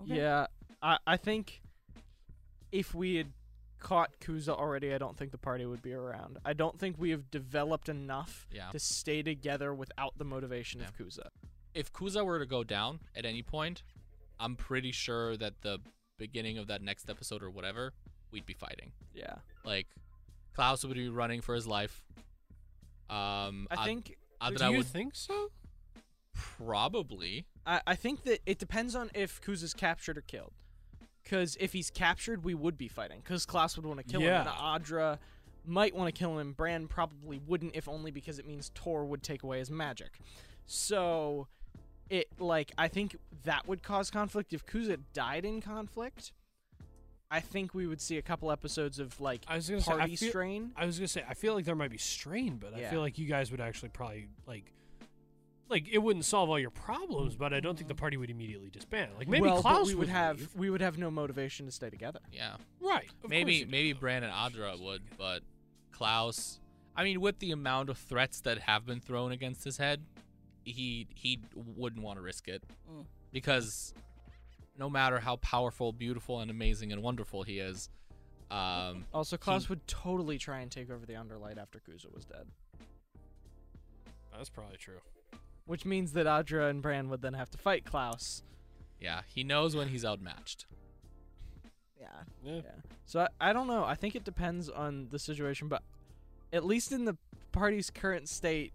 S3: Yeah, I, I think if we had caught Kuza already, I don't think the party would be around. I don't think we have developed enough
S4: Yeah.
S3: to stay together without the motivation of Kuza.
S4: If Kuza were to go down at any point, I'm pretty sure that the beginning of that next episode or whatever, we'd be fighting.
S3: Yeah,
S4: Like, Klaus would be running for his life. Um,
S3: I think
S4: Adra
S2: Do you
S4: would
S2: think so?
S4: probably.
S3: I, I think that it depends on if Kuza's captured or killed. Because if he's captured, we would be fighting. Because Klaus would want to kill him, and
S2: Yeah.
S3: Audra might want to kill him. Bran probably wouldn't, if only because it means Tor would take away his magic. So, it like I think that would cause conflict. If Kuza died in conflict, I think we would see a couple episodes of like
S2: I was gonna say, I
S3: party
S2: feel-
S3: strain.
S2: I was gonna say I feel like there might be strain, but I
S3: Yeah.
S2: feel like you guys would actually probably like like it wouldn't solve all your problems, but I don't think the party would immediately disband. Like maybe
S3: well, but
S2: Klaus
S3: we would have
S2: leave.
S3: we would have no motivation to stay together.
S4: Yeah.
S2: right. of course
S4: maybe
S2: you do,
S4: maybe
S2: though.
S4: Bran and Adra would, but Klaus. I mean, with the amount of threats that have been thrown against his head, he he wouldn't want to risk it
S5: Mm.
S4: because no matter how powerful, beautiful, and amazing and wonderful he is, um,
S3: Also, Klaus would totally try and take over the Underlight after Kuza was dead.
S2: that's probably true.
S3: Which means that Audra and Bran would then have to fight Klaus.
S4: yeah, he knows when he's outmatched.
S5: Yeah.
S2: Yeah.
S3: Yeah. So I, I don't know. I think it depends on the situation, but at least in the party's current state,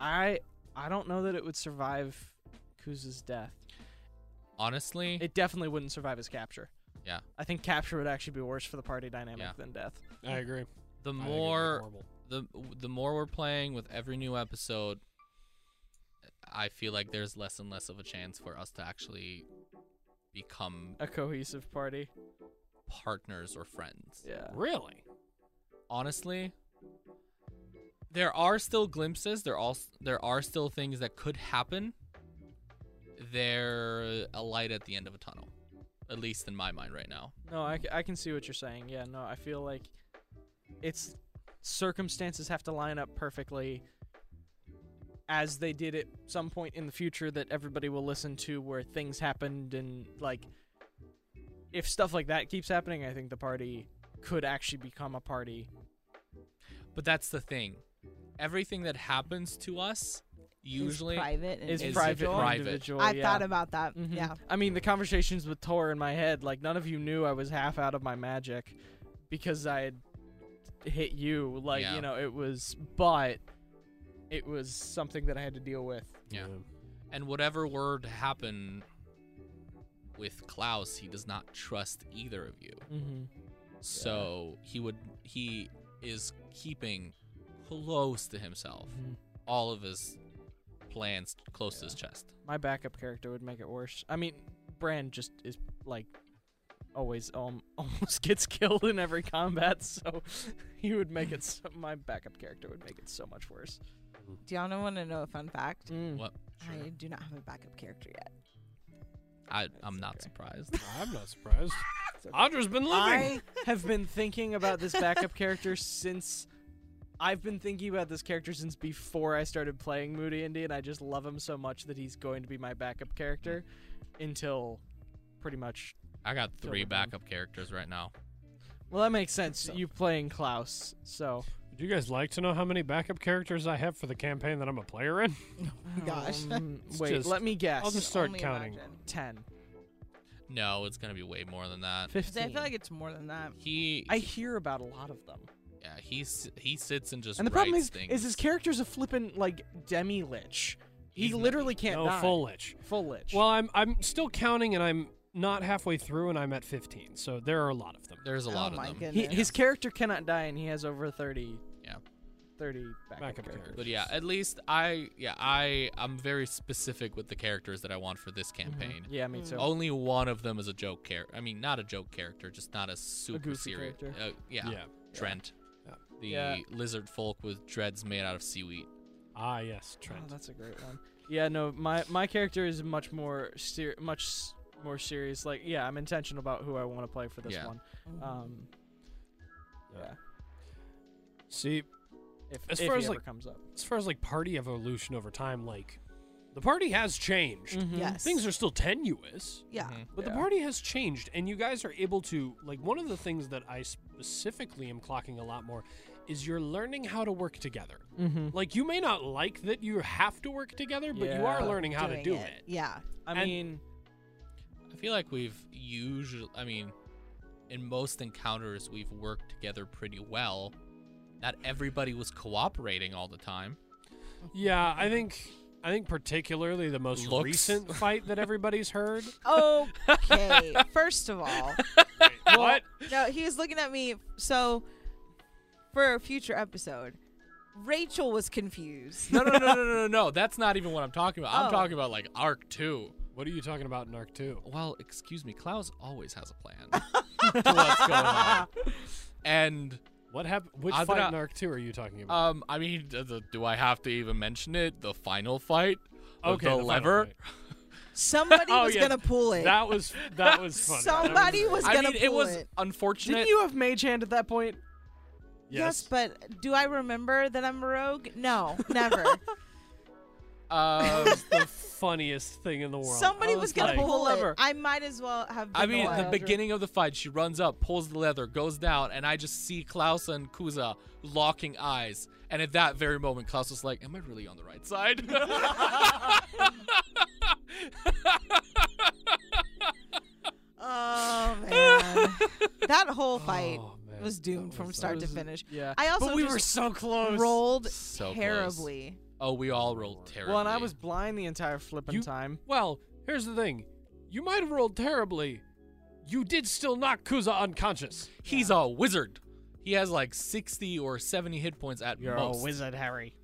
S3: I I don't know that it would survive Kuza's death.
S4: Honestly,
S3: It definitely wouldn't survive his capture.
S4: Yeah.
S3: I think capture would actually be worse for the party dynamic
S4: Yeah.
S3: than death.
S2: I agree.
S4: the
S2: I think it'd be
S4: more
S2: horrible.
S4: the the more we're playing with every new episode, I feel like there's less and less of a chance for us to actually become
S3: A cohesive party.
S4: partners or friends.
S3: Yeah.
S2: really.
S4: honestly there are still glimpses there all there are still things that could happen they're a light at the end of a tunnel at least in my mind right now
S3: No, I, c- I can see what you're saying. Yeah, no, I feel like it's circumstances have to line up perfectly as they did at some point in the future that everybody will listen to where things happened and like if stuff like that keeps happening, I think the party could actually become a party.
S4: but that's the thing everything that happens to us usually
S5: It's private. And
S3: Is
S4: Is
S3: private,
S5: individual.
S3: and
S4: private.
S3: individual.
S5: I
S3: yeah.
S5: thought about that.
S2: Mm-hmm.
S3: Mhm.
S5: Yeah.
S3: I mean, the conversations with Tor in my head, like none of you knew I was half out of my magic because I had hit you. Like,
S4: Yeah.
S3: you know, it was, but it was something that I had to deal with.
S4: Yeah. And whatever were to happen with Klaus, he does not trust either of you.
S3: Mm-hmm.
S4: So he would he is keeping close to himself
S3: Mhm.
S4: all of his plans close to his chest.
S3: My backup character would make it worse. I mean, Bran just is like always um (laughs) almost gets killed in every combat, so (laughs) he would make it. So, my backup character would make it so much worse.
S5: Do y'all want to know a fun fact?
S3: Mm.
S4: What?
S5: I do not have a backup character yet.
S4: I, I'm
S3: That's
S4: not
S3: okay.
S4: surprised.
S2: I'm not surprised.
S3: (laughs) It's okay.
S2: Audra's been living. (laughs)
S3: I have been thinking about this backup character since I've been thinking about this character since before I started playing Mood Indy, and I just love him so much that he's going to be my backup character until pretty much.
S4: I got three
S3: Don't remember.
S4: backup characters right now.
S3: Well, that makes sense. You playing Klaus, so
S2: Would you guys like to know how many backup characters I have for the campaign that I'm a player in?
S5: Oh my gosh.
S3: Um,
S2: It's
S3: wait,
S2: just-
S3: let me guess.
S2: I'll just start
S5: Only
S2: counting.
S5: imagine.
S3: 10,
S4: No, it's gonna be way more than that.
S5: 'Cause
S3: 15.
S5: I feel like it's more than that.
S4: He,
S3: I hear about a lot of them.
S4: yeah, he s- he sits and just
S3: And the problem
S4: writes
S3: is,
S4: things.
S3: is his character's a flippin' like demi lich. He
S4: He's not-
S3: literally can't
S2: no
S3: die.
S2: full lich.
S3: full lich.
S2: Well, I'm I'm still counting, and I'm not halfway through, and I'm at 15. So there are a lot of them.
S4: There's a
S5: Oh
S4: lot of
S5: my
S4: them.
S5: goodness.
S3: He, his character cannot die, and he has over 30,
S4: Yeah.
S3: 30 backup,
S2: Backup
S3: characters.
S2: characters.
S4: But yeah, at least I yeah, I I'm very specific with the characters that I want for this campaign.
S3: Mm-hmm. Yeah, me too.
S4: Only one of them is a joke character. I mean, not a joke character, just not a super
S3: goofy
S4: serious.
S3: character.
S4: Uh, yeah,
S2: Yeah.
S4: Trent,
S2: Yeah.
S4: the
S3: Yeah.
S4: lizard folk with dreads made out of seaweed.
S2: Ah, yes,
S3: Oh,
S2: (laughs) Trent.
S3: that's a great one. Yeah, no, my my character is much more ser- much s- more serious. Like, yeah, I'm intentional about who I want to play for this
S4: Yeah.
S3: one.
S5: Mhm.
S3: Um,
S2: Yeah.
S3: yeah.
S2: See,
S3: If,
S2: As
S3: if
S2: far
S3: he
S2: as,
S3: ever
S2: like-
S3: comes up,
S2: as far as like party evolution over time, like the party has changed.
S3: Mm, Mm-hmm.
S5: Yes.
S2: Things are still tenuous,
S5: Yeah.
S4: Mhm.
S2: but the
S3: Yeah.
S2: party has changed, and you guys are able to like one of the things that I specifically am clocking a lot more is you're learning how to work
S4: (laughs)
S2: together.
S3: Mm-hmm.
S2: Like you may not like that you have to work together, but you are
S3: Yeah.
S2: learning how to
S5: Doing
S2: do it.
S5: Yeah.
S3: I
S2: and-
S3: mean,
S4: I feel like we've usually, I mean, in most encounters we've worked together pretty well. Not everybody was cooperating all the
S3: (laughs)
S4: time.
S2: Yeah, I think I think particularly the most
S4: Looks. (laughs)
S2: recent fight that everybody's heard.
S5: Okay. First of all,
S2: what?
S5: no, he was looking at me. So, for a future episode, Rachel was confused.
S4: (laughs) No, no, no, no, no, no, no. That's not even what I'm talking about.
S5: Oh.
S4: I'm talking about like arc two.
S2: What are you talking about in Arc 2?
S4: Well, excuse me, Klaus always has a plan (laughs) to (laughs) what's going on. And
S2: (laughs) What happened? Which
S4: I'll
S2: fight
S4: not-
S2: in Arc 2 are you talking about?
S4: um, I mean, d- the, do I have to even mention it? The final fight, of
S2: okay,
S4: Uh, the,
S2: the final
S4: lever.
S2: fight.
S5: Somebody
S2: Oh,
S5: was
S2: yeah.
S5: going to pull it.
S2: That was that
S5: (laughs)
S2: was funny. That was
S5: Somebody
S2: great.
S5: was
S4: I
S5: going
S4: mean,
S5: to pull
S4: it was
S5: it.
S4: unfortunate.
S3: didn't you have Mage Hand at that point?
S5: Yes. but do I remember that I'm a rogue? No, never.
S4: Um,
S2: That was the funniest thing in the world.
S5: Somebody
S2: I
S5: was,
S2: was,
S5: gonna
S2: like,
S5: pull
S3: Whoever.
S5: it. I might as well have. Been
S4: I mean, the
S5: wild.
S4: beginning of the fight, she runs up, pulls the leather, goes down, and I just see Klaus and Kuza locking eyes. And at that very moment, Klaus was like, "Am I really on the right side?" (laughs)
S5: Oh man, that whole fight
S2: Oh, man.
S5: was doomed
S2: That
S5: from
S2: was- that
S5: start to
S3: was-
S5: finish.
S3: Yeah.
S5: I also
S3: but we
S5: just
S3: were so close.
S5: rolled
S4: So close.
S5: terribly.
S4: oh, we all rolled terribly.
S3: Well, and I was blind the entire flipping
S2: You-
S3: time.
S2: Well, here's the thing. You might have rolled terribly. You did still knock Kuza unconscious.
S4: He's a wizard. He has like 60 or 70 hit points at most.
S3: wizard, Harry.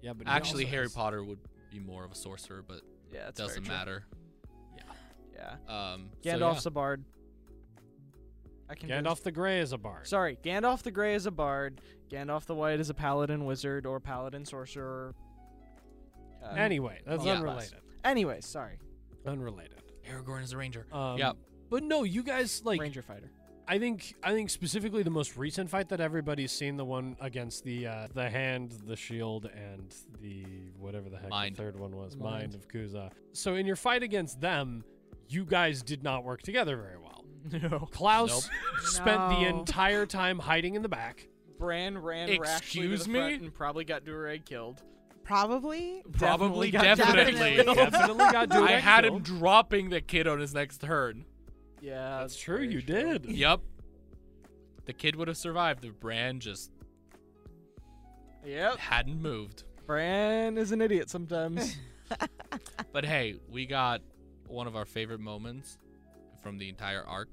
S2: Yeah, but
S4: Actually, Harry Potter would be more of a sorcerer, but
S3: Yeah,
S4: it
S3: that's very
S4: doesn't
S3: true.
S4: matter.
S3: Yeah.
S4: Um, so
S3: Gandalf's
S4: yeah.
S3: a bard. I can do
S2: Gandalf the Grey is a bard.
S3: this. Sorry, Gandalf the Grey is a bard. Gandalf the White is a paladin wizard or paladin sorcerer. Uh,
S2: anyway, that's
S4: Yeah.
S2: unrelated.
S3: anyway, sorry.
S2: Unrelated.
S4: Aragorn is a ranger.
S2: Um,
S4: Yep.
S2: But no, you guys like.
S3: Ranger fighter.
S2: I think I think specifically the most recent fight that everybody's seen, the one against the uh, the hand, the shield, and the whatever the heck
S4: Mind.
S2: the third one was,
S3: Mind.
S2: mind. of Kuza. So in your fight against them, you guys did not work together very well.
S3: (laughs) No.
S2: Klaus spent the
S5: No.
S2: entire time hiding in the
S4: (laughs)
S2: back.
S3: Bran ran rashly to the
S4: Excuse
S3: front
S4: me?
S3: and probably got Durag killed.
S5: Probably.
S4: Probably,
S3: got
S4: definitely.
S5: Definitely.
S2: (laughs) Definitely got Durag
S4: I had him
S2: killed.
S4: dropping the kid on his next turn.
S3: Yeah,
S2: That's true.
S3: very
S2: You did.
S4: Yep. The kid would have survived if Bran just
S3: Yep.
S4: hadn't moved.
S3: Bran is an idiot (laughs) sometimes.
S4: But hey, we got one of our favorite moments from the entire arc.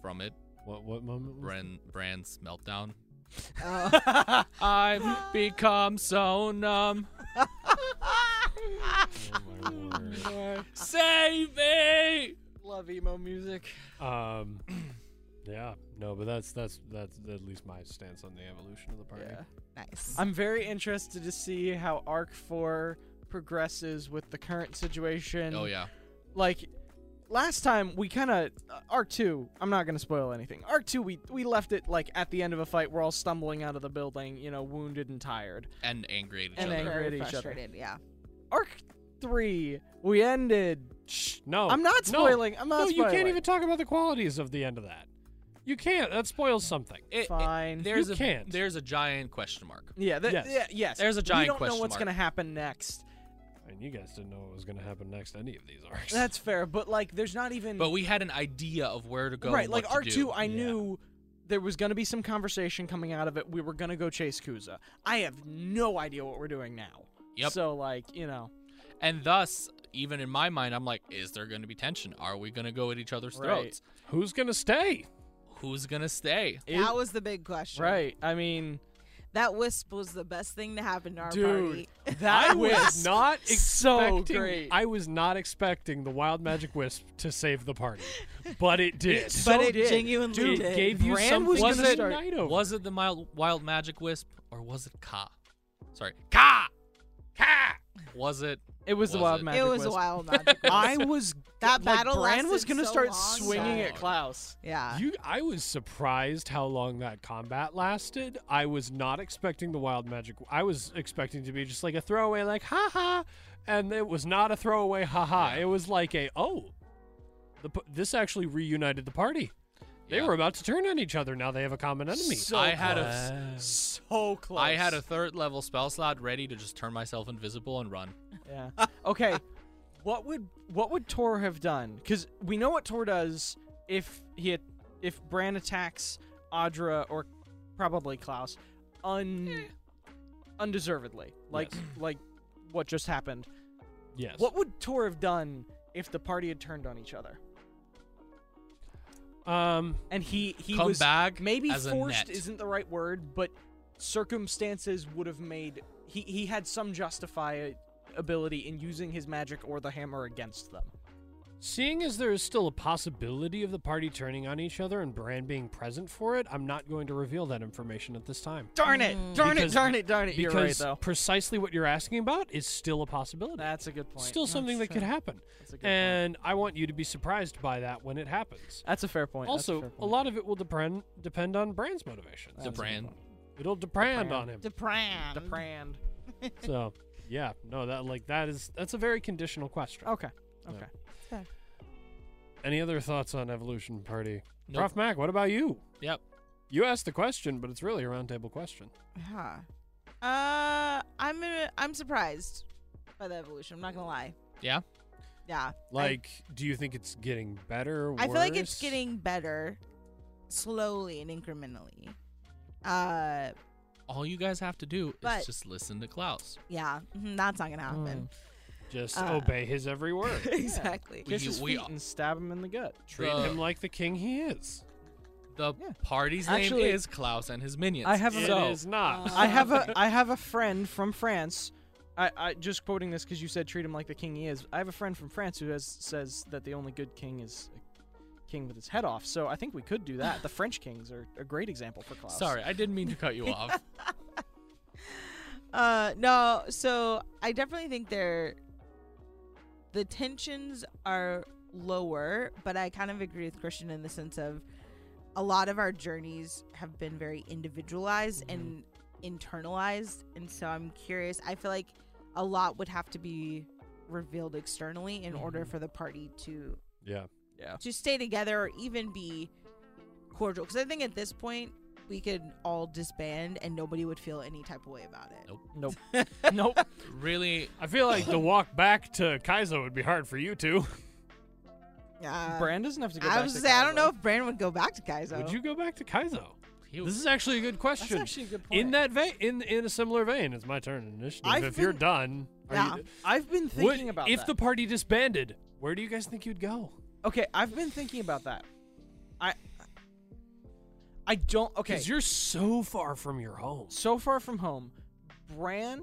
S4: From it,
S2: What what moment? was
S4: Bran Bran's meltdown.
S5: Oh.
S3: Uh, (laughs)
S4: I've become so numb.
S2: that? Oh, my word.
S4: Save me!
S3: Love emo music.
S2: (laughs) Um, yeah, no, but that's that's that's at least my stance on the evolution of the party.
S3: Yeah.
S5: nice.
S3: I'm very interested to see how Arc 4 progresses with the current situation.
S4: Oh yeah.
S3: Like last time we kind of Arc 2, I'm not going to spoil anything. Arc 2 we we left it like at the end of a fight we're all stumbling out of the building, you know, wounded and tired.
S4: And angry at each
S3: And
S4: other.
S3: angry.
S5: Very
S3: at each other.
S5: frustrated, Yeah.
S3: Arc 3 we ended
S2: Shh, no,
S3: I'm not
S2: no,
S3: spoiling. I'm
S2: No,
S3: not
S2: you
S3: spoiling.
S2: can't even talk about the qualities of the end of that. You can't. That spoils something.
S4: It- it-
S3: Fine.
S4: there's
S2: You
S4: a
S2: can't.
S4: there's a giant question mark.
S3: yeah, th-
S2: Yes.
S3: yeah, yes.
S4: There's a
S3: We
S4: giant
S3: don't know
S4: question
S3: what's
S4: mark.
S3: going to happen next.
S2: And you guys didn't know what was going to happen next. Any of these arcs.
S3: That's fair, but like there's not even
S4: But we had an idea of where to go.
S3: right,
S4: and
S3: like
S4: what to
S3: arc
S4: do.
S3: two. I
S2: Yeah.
S3: knew there was going to be some conversation coming out of it. We were going to go chase Kuza. I have no idea what we're doing now.
S4: Yep.
S3: So like you know,
S4: And thus, even in my mind, I'm like, is there going to be tension? Are we going to go at each other's
S3: Right.
S4: throats?
S2: who's going to stay.
S4: Who's going to stay?
S5: that was the big
S3: (laughs)
S5: question.
S3: right. I mean,
S5: That wisp was the best thing to happen to our
S3: dude,
S5: party.
S3: that
S5: (laughs)
S2: I was
S3: was
S2: not
S3: so
S2: expecting.
S3: great.
S2: I was not expecting the wild magic wisp to save the
S3: (laughs)
S2: party, but it did.
S3: so
S5: But it
S3: did.
S5: genuinely
S3: Dude,
S5: did.
S2: gave you
S3: Bran
S2: something
S3: was
S2: to
S3: gonna
S2: unite
S3: start-
S2: over.
S4: Was it the mild, wild magic wisp or was it Ka? Sorry, Ka. Ka. Was it?
S3: It was, the
S4: Was
S3: wild
S4: it?
S3: magic.
S5: It was
S3: wisp.
S5: wild magic.
S3: (laughs)
S5: (laughs)
S3: I was
S5: That
S3: like,
S5: battle
S3: Bran was
S5: lasted
S3: gonna
S5: so
S3: start
S5: long,
S3: swinging
S4: though.
S3: at Klaus.
S5: yeah.
S2: You, I was surprised how long that combat lasted. I was not expecting the wild magic. I was expecting to be just like a throwaway, like ha ha, and it was not a throwaway ha ha. It was like a oh, the, p- this actually reunited the party. They
S4: Yeah.
S2: were about to turn on each other. Now they have a common enemy.
S3: So
S4: I had a-
S3: close. so close.
S4: I had a third level spell slot ready to just turn myself invisible and run.
S3: Yeah. Okay. what would what would Tor have done? Because we know what Tor does if he at- if Bran attacks Audra or probably Klaus, un undeservedly, like like what just happened.
S2: yes.
S3: What would Tor have done if the party had turned on each other?
S2: Um.
S3: And he he
S4: Come
S3: was
S4: back
S3: maybe
S4: as a
S3: forced
S4: net.
S3: isn't the right word, but circumstances would have made he he had some justifiability in using his magic or the hammer against them.
S2: Seeing as there is still a possibility of the party turning on each other and Bran being present for it, I'm not going to reveal that information at this time.
S3: Darn it! Darn
S2: Because-
S3: it! Darn it! Darn it! You're
S2: because
S3: right, though.
S2: precisely what you're asking about is still a possibility.
S3: That's a good point.
S2: still
S3: That's
S2: something that
S3: true.
S2: could happen.
S3: That's a good point.
S2: And I want you to be surprised by that when it happens.
S3: That's a fair point. That's
S2: also,
S3: fair
S2: a,
S3: point.
S2: lot of it will depend depend on Bran's motivation.
S3: That's a good
S4: Bran.
S3: point.
S2: It'll depend
S3: Depend.
S2: on him.
S5: Depram.
S3: Deprand.
S2: so, yeah, no, that like that is that's a very conditional question.
S3: Okay.
S2: Yeah.
S3: Okay.
S2: Any other thoughts on evolution party?
S4: Nope.
S2: Prof Mac, what about you?
S4: Yep.
S2: You asked the question, but it's really a roundtable question.
S5: Huh. Uh, I'm in, I'm surprised by the evolution. I'm not gonna lie.
S4: Yeah.
S5: Yeah.
S2: Like, do you think it's getting better?
S5: I feel like it's
S2: worse?
S5: getting better slowly and incrementally. Uh,
S4: All you guys have to do
S5: But-
S4: is just listen to Klaus.
S5: yeah. mhm, That's not gonna happen.
S3: Hmm.
S5: (laughs)
S2: just
S5: uh,
S2: obey his every word.
S3: (laughs)
S5: exactly.
S4: We-
S3: Kiss his
S4: we-
S3: feet and stab him in the gut.
S2: Treat
S4: The-
S2: him like the king he is.
S4: The
S3: Yeah.
S4: party's
S3: Actually-
S4: name is Klaus and his minions.
S3: I have a- Uh,
S2: It is
S4: so,
S2: not. (laughs)
S3: I have a I have a friend from France. I, I just quoting this because you said treat him like the king he is. I have a friend from France who has says that the only good king is a king with his head off. So I think we could do that. The French kings are a great example for Klaus.
S4: Sorry, I didn't mean to cut
S3: (laughs)
S4: you off.
S5: Uh, no. So I definitely think they're the tensions are lower, but I kind of agree with Christian in the sense of a lot of our journeys have been very individualized and internalized, and so I'm curious. I feel like a lot would have to be revealed externally in order for the party to
S2: yeah.
S5: to stay together or even be cordial. Because I think at this point we could all disband and nobody would feel any type of way about it.
S3: (laughs) Nope. nope.
S4: really,
S2: I feel like the walk back to Kaizo would be hard for you two.
S5: Uh,
S3: Bran doesn't have to go
S5: I
S3: back
S5: was
S3: to
S5: gonna say I don't
S3: Kaizo.
S5: know if Bran would go back to Kaizo.
S2: Would you go back to Kaizo?
S4: He
S2: This
S4: was
S2: is actually a good
S3: That's
S2: question.
S3: actually a good point.
S2: In that vein, in in a similar vein, it's my turn. in Initiative.
S3: I've
S2: if you're
S3: been-
S2: done, are you-
S5: Yeah.
S3: I've been
S2: Would-
S3: thinking about
S2: if
S3: that.
S2: the party disbanded, where do you guys think you'd go?
S3: Okay, I've been thinking about that. I I don't okay.
S2: Because you're so far from your home.
S3: so far from home, Bran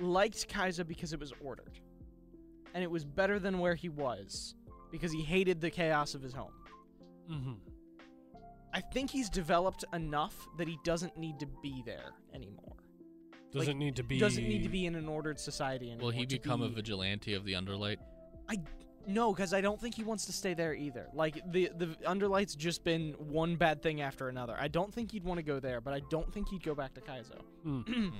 S3: liked Kaiser because it was ordered. And it was better than where he was because he hated the chaos of his home.
S2: Mm-hmm.
S3: I think he's developed enough that he doesn't need to be there anymore.
S2: Doesn't
S3: Like,
S2: need to be.
S3: Doesn't need to be in an ordered society anymore.
S4: will he
S3: to
S4: become a
S3: be-
S4: vigilante of the Underlight?
S3: I no, because I don't think he wants to stay there either. Like the the Underlight's just been one bad thing after another. I don't think he'd want to go there, but I don't think he'd go back to Kaizo.
S2: Mm.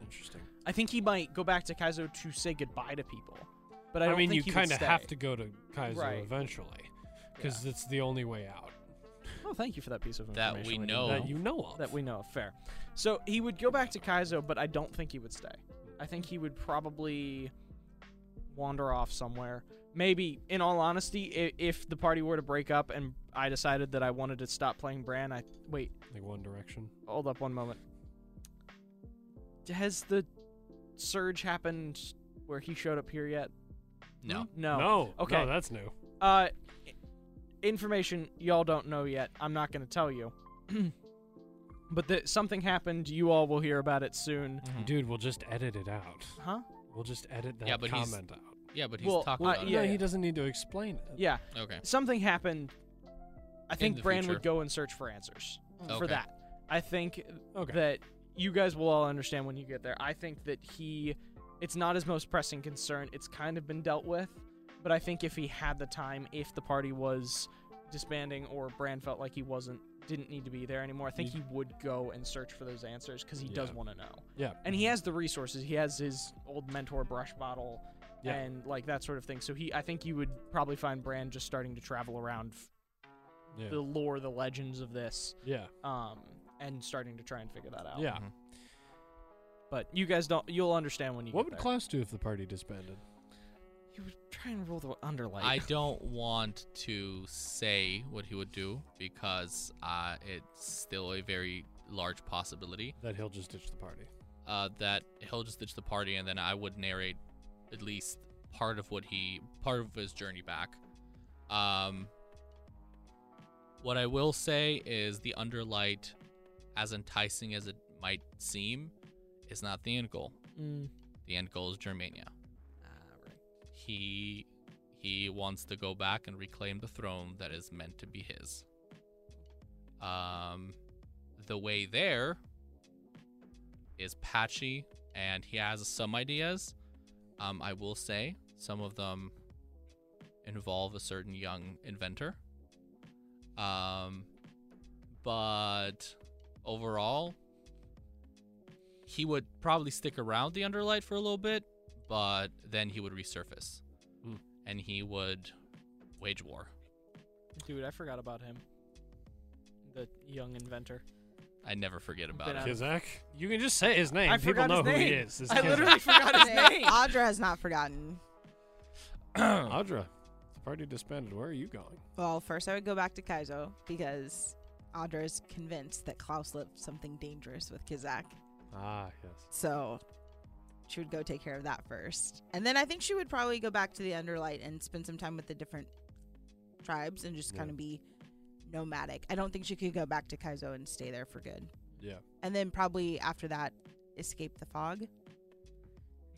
S2: Interesting.
S3: I think he might go back to Kaizo to say goodbye to people. (clears throat) But I,
S2: I,
S3: don't
S2: mean,
S3: think
S2: you
S3: he would
S2: kind of
S3: stay.
S2: have to go to Kaizo
S3: Right.
S2: eventually, because it's the only way out
S3: Oh, thank you for that piece of
S4: That
S3: information. didn't
S4: we know.
S2: that you know of.
S3: that we know of. Fair. So he would go back to Kaizo, but I don't think he would stay. I think he would probably wander off somewhere. Maybe, in all honesty, if, if the party were to break up and I decided that I wanted to stop playing Bran, I wait.
S2: like One Direction.
S3: Hold up one moment. Has the surge happened where he showed up here yet?
S4: No.
S3: No.
S2: No.
S3: Okay.
S2: No, that's new.
S3: Uh, i- information y'all don't know yet. I'm not going to tell you. (clears throat) but the, something happened. You all will hear about it soon.
S2: Dude, we'll just edit it out.
S3: Huh?
S2: We'll just edit that
S4: Mm-hmm. Yeah, but he's-
S2: comment out.
S4: Yeah, but he's
S3: Well,
S4: talking
S3: uh,
S4: about
S3: yeah,
S2: no,
S3: yeah.
S2: he doesn't need to explain it.
S3: Yeah.
S4: it. Okay.
S3: Something happened. I think
S4: the
S3: Bran
S4: future.
S3: would go and search for answers for
S4: Okay.
S3: that. I think
S2: Okay.
S3: that you guys will all understand when you get there. I think that he, it's not his most pressing concern. It's kind of been dealt with, but I think if he had the time, if the party was disbanding or Bran felt like he wasn't, didn't need to be there anymore, I think he would go and search for those answers because he does
S2: Yeah. Mm-hmm.
S3: want to know.
S2: yeah.
S3: And he has the resources. He has his old mentor brush bottle
S2: Yeah.
S3: and like that sort of thing. So he, I think you would probably find Bran just starting to travel around f-
S2: Yeah.
S3: the lore, the legends of this,
S2: yeah.
S3: um, and starting to try and figure that out.
S2: Yeah.
S4: Mhm.
S3: But you guys don't. You'll understand when you.
S2: What
S3: get
S2: would
S3: there.
S2: Klaus do if the party disbanded?
S3: You would try and roll the underlight.
S4: I don't want to say what he would do because uh, it's still a very large possibility
S2: That he'll just ditch the party.
S4: uh, that he'll just ditch the party, and then I would narrate at least part of what he part of his journey back. Um, what I will say is the underlight, as enticing as it might seem, is not the end goal.
S3: Mm.
S4: The end goal is Germania. He he wants to go back and reclaim the throne that is meant to be his. Um the way there is patchy and he has some ideas. Um I will say some of them involve a certain young inventor. Um but overall he would probably stick around the underlight for a little bit, but then he would resurface
S2: Hmm.
S4: and he would wage war.
S3: Dude, I forgot about him. The young inventor.
S4: I never forget about
S3: Then
S4: it.
S3: Um,
S2: Kizak? You can just say his name.
S3: I
S2: People
S3: forgot
S2: know
S3: his
S2: who he
S3: name.
S2: is. It's
S3: I
S2: Kizak.
S5: (laughs)
S3: literally forgot his name.
S5: Audra has not forgotten.
S2: (coughs) Audra, the party disbanded. Where are you going?
S5: Well, first I would go back to Kaizo because Audra is convinced that Klaus lived something dangerous with Kizak.
S2: Ah, yes.
S5: So she would go take care of that first. And then I think she would probably go back to the Underlight and spend some time with the different tribes and just
S2: Yeah.
S5: kind of be nomadic. I don't think she could go back to Kaizo and stay there for good.
S2: Yeah.
S5: And then probably after that, escape the fog.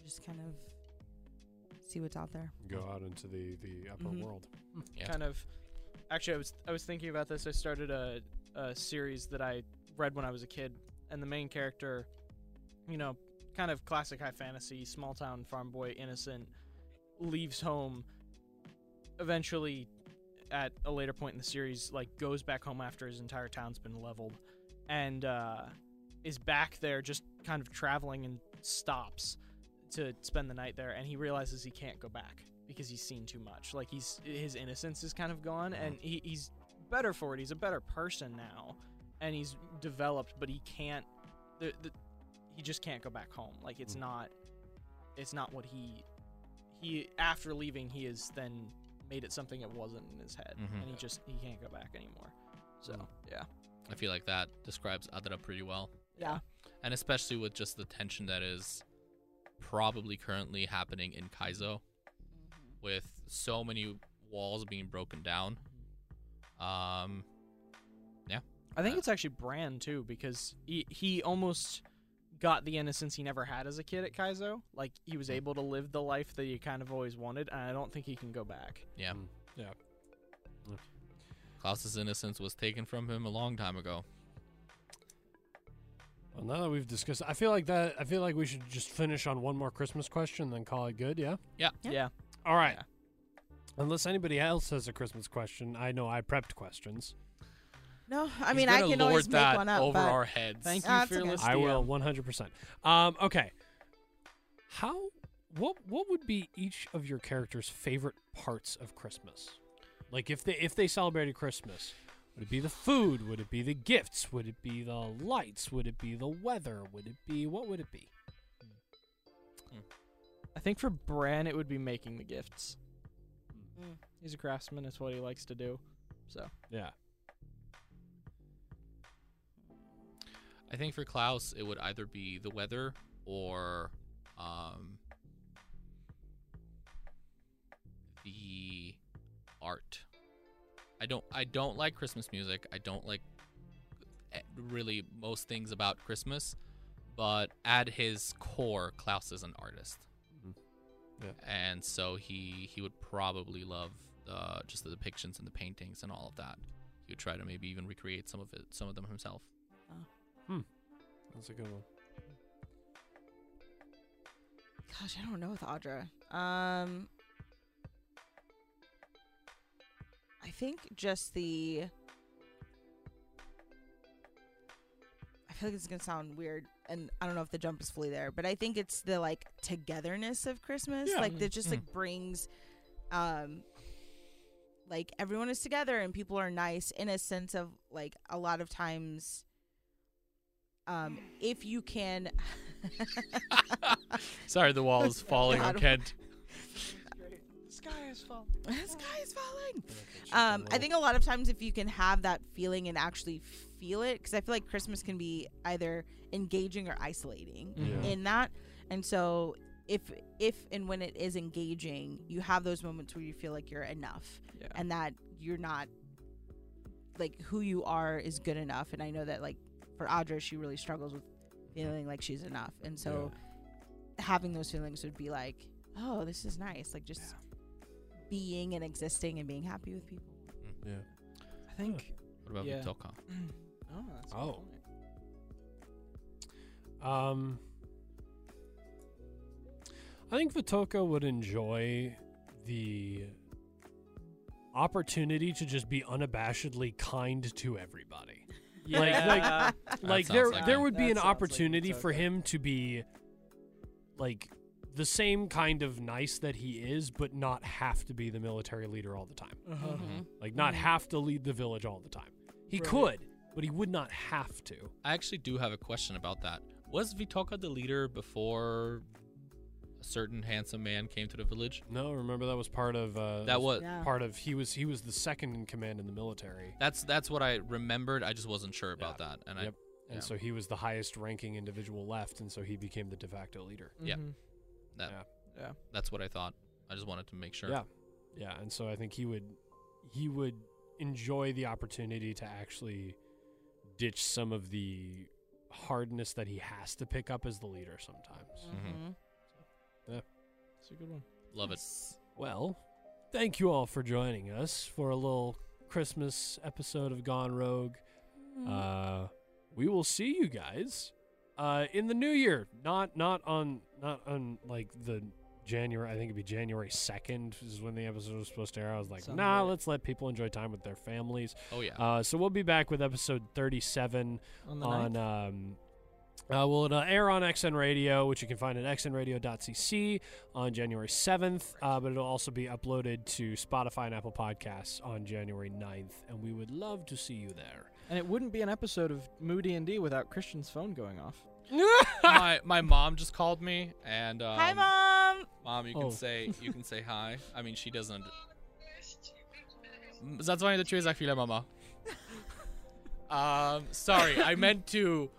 S5: Just kind of see what's out there.
S2: Go out into the, the upper
S5: Mhm.
S2: world.
S4: Yeah.
S3: Kind of. Actually, I was I was thinking about this. I started a, a series that I read when I was a kid, and the main character, you know, kind of classic high fantasy, small town farm boy, innocent, leaves home. Eventually, at a later point in the series, like goes back home after his entire town's been leveled, and uh, is back there just kind of traveling and stops to spend the night there, and he realizes he can't go back because he's seen too much. Like he's his innocence is kind of gone, and he, he's better for it. He's a better person now, and he's developed, but he can't. The, the, he just can't go back home. Like it's
S2: Mm.
S3: not. It's not what he. He after leaving, he is then made it something it wasn't in his head,
S4: Mhm.
S3: and he just he can't go back anymore. So yeah,
S4: I feel like that describes Adra pretty well.
S3: yeah,
S4: And especially with just the tension that is probably currently happening in Kaizo
S5: Mm-hmm.
S4: with so many walls being broken down. Um
S3: I think
S4: Uh,
S3: it's actually Bran too because he he almost got the innocence he never had as a kid at Kaizo. Like he was able to live the life that he kind of always wanted, and I don't think he can go back.
S4: yeah.
S2: Mm, yeah. Mm.
S4: Klaus's innocence was taken from him a long time ago.
S2: Well, now that we've discussed, I feel like that. I feel like we should just finish on one more Christmas question, then call it good. Yeah.
S5: Yeah.
S3: Yeah,
S2: All right.
S3: Yeah.
S2: Unless anybody else has a Christmas question, I know I prepped questions.
S5: No, I
S4: He's
S5: mean I
S4: gonna
S5: can
S4: lord
S5: always make
S4: that
S5: one up.
S4: over
S5: but
S4: our heads.
S3: thank you,
S5: Ah, it's okay.
S3: fearless.
S2: I will
S3: DM.
S2: 100%. Um, okay. How what what would be each of your characters' favorite parts of Christmas? Like if they if they celebrated Christmas, would it be the food? Would it be the gifts? Would it be the lights? Would it be the weather? Would it be what would it be?
S3: I think for Bran it would be making the gifts.
S5: Mm.
S3: He's a craftsman. It's what he likes to do. So
S2: Yeah.
S4: I think for Klaus, it would either be the weather or um, the art. I don't. I don't like Christmas music. I don't like eh, really most things about Christmas. But at his core, Klaus is an artist,
S2: Mhm. Yeah.
S4: and so he he would probably love uh, just the depictions and the paintings and all of that. He would try to maybe even recreate some of it, some of them himself.
S2: That's a good one.
S5: Gosh, I don't know with Audra. Um, I think just the. I feel like this is gonna sound weird, and I don't know if the jump is fully there, but I think it's the like togetherness of Christmas,
S2: Yeah.
S5: like that just like brings, um, like everyone is together and people are nice in a sense of like a lot of times, um, if you can. (laughs)
S4: Sorry, the wall is falling on
S5: God.
S4: Kent.
S3: the sky is falling.
S5: the (laughs) sky is falling. Um, I think a lot of times if you can have that feeling and actually feel it, because I feel like Christmas can be either engaging or isolating
S2: Yeah.
S5: in that, and so if if and when it is engaging, you have those moments where you feel like you're enough
S3: Yeah.
S5: and that you're not like who you are is good enough. And I know that like for Audra, she really struggles with feeling like she's enough, and so having those feelings would be like, oh, this is nice, like just being and existing and being happy with people.
S2: yeah.
S3: I think.
S4: What about
S3: Yeah.
S4: Vitoka?
S3: Oh, that's a good
S2: Oh.
S3: point.
S2: Um, I think Vitoka would enjoy the opportunity to just be unabashedly kind to everybody. Like- like-
S3: Yeah.
S2: (laughs)
S4: That
S2: like
S4: sounds
S2: there,
S4: like
S2: there
S4: him.
S2: would be
S3: That
S2: an
S3: sounds like
S2: opportunity
S3: Vitoka.
S2: for him to be, like, the same kind of nice that he is, but not have to be the military leader all the time.
S3: Uh-huh.
S2: Like, not have to lead the village all the time. He
S3: Right.
S2: could, but he would not have to.
S4: I actually do have a question about that. Was Vitoka the leader before a certain handsome man came to the village?
S2: No, remember that was part of uh,
S4: That was
S5: Yeah.
S2: part of he was he was the second in command in the military.
S4: that's that's what I remembered. I just wasn't sure about that, and
S2: yep. and
S4: yeah.
S2: so he was the highest ranking individual left, and so he became the de facto leader.
S4: Yeah.
S3: Mhm.
S4: I that
S2: Yeah.
S3: Yeah.
S4: that's what I thought. I just wanted to make sure.
S2: Yeah, yeah, and so I think he would he would enjoy the opportunity to actually ditch some of the hardness that he has to pick up as the leader sometimes.
S5: Mm-hmm.
S4: Mhm.
S3: That's a good one.
S4: Love it.
S2: Well, thank you all for joining us for a little Christmas episode of Gone Rogue.
S3: Mm.
S2: Uh, we will see you guys uh, in the new year. Not not on not on like the January. I think it'd be January second is when the episode was supposed to air. I was like,
S3: Sounds
S2: nah,
S3: right.
S2: let's let people enjoy time with their families.
S4: Oh yeah. (laughs)
S2: Uh, so we'll be back with episode thirty-seven
S3: On the
S2: on
S3: ninth?
S2: um uh, well, it'll air on XN Radio, which you can find at xnradio.cc on January 7th, uh, but it'll also be uploaded to Spotify and Apple Podcasts on January 9th, and we would love to see you there.
S3: And it wouldn't be an episode of Moody and D without Christian's phone going off.
S4: my my mom just called me, and um,
S5: Hi, mom.
S4: mom, you can
S2: Oh.
S4: say you can say hi. I mean, she doesn't. Zadzwonię do ciebie za chwilę, mama. Um, sorry, I meant to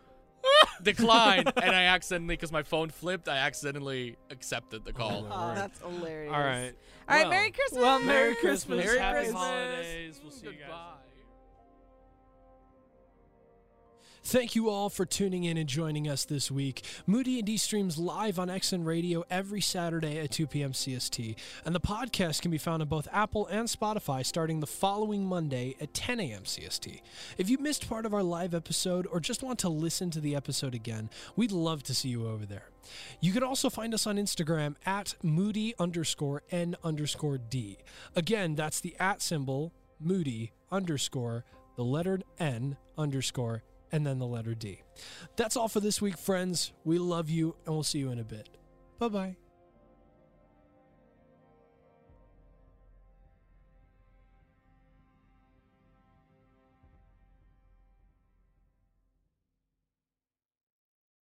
S4: decline, and I accidentally, because my phone flipped, I accidentally accepted the
S5: Oh,
S4: call.
S2: my word.
S5: That's hilarious.
S2: All right.
S5: All right.
S2: Well,
S5: Merry Christmas.
S2: Well, Merry Christmas.
S4: Merry
S2: Happy
S4: Christmas.
S2: holidays. We'll see you guys.
S4: Goodbye.
S2: Thank you all for tuning in and joining us this week. Moody and D streams live on XN Radio every Saturday at 2 p.m. CST, and the podcast can be found on both Apple and Spotify starting the following Monday at 10 a.m. CST. If you missed part of our live episode or just want to listen to the episode again, we'd love to see you over there. You can also find us on Instagram at Moody underscore N underscore D. Again, that's the at symbol Moody underscore the letter N underscore and then the letter D. That's all for this week, friends. We love you, and we'll see you in a bit. Bye bye.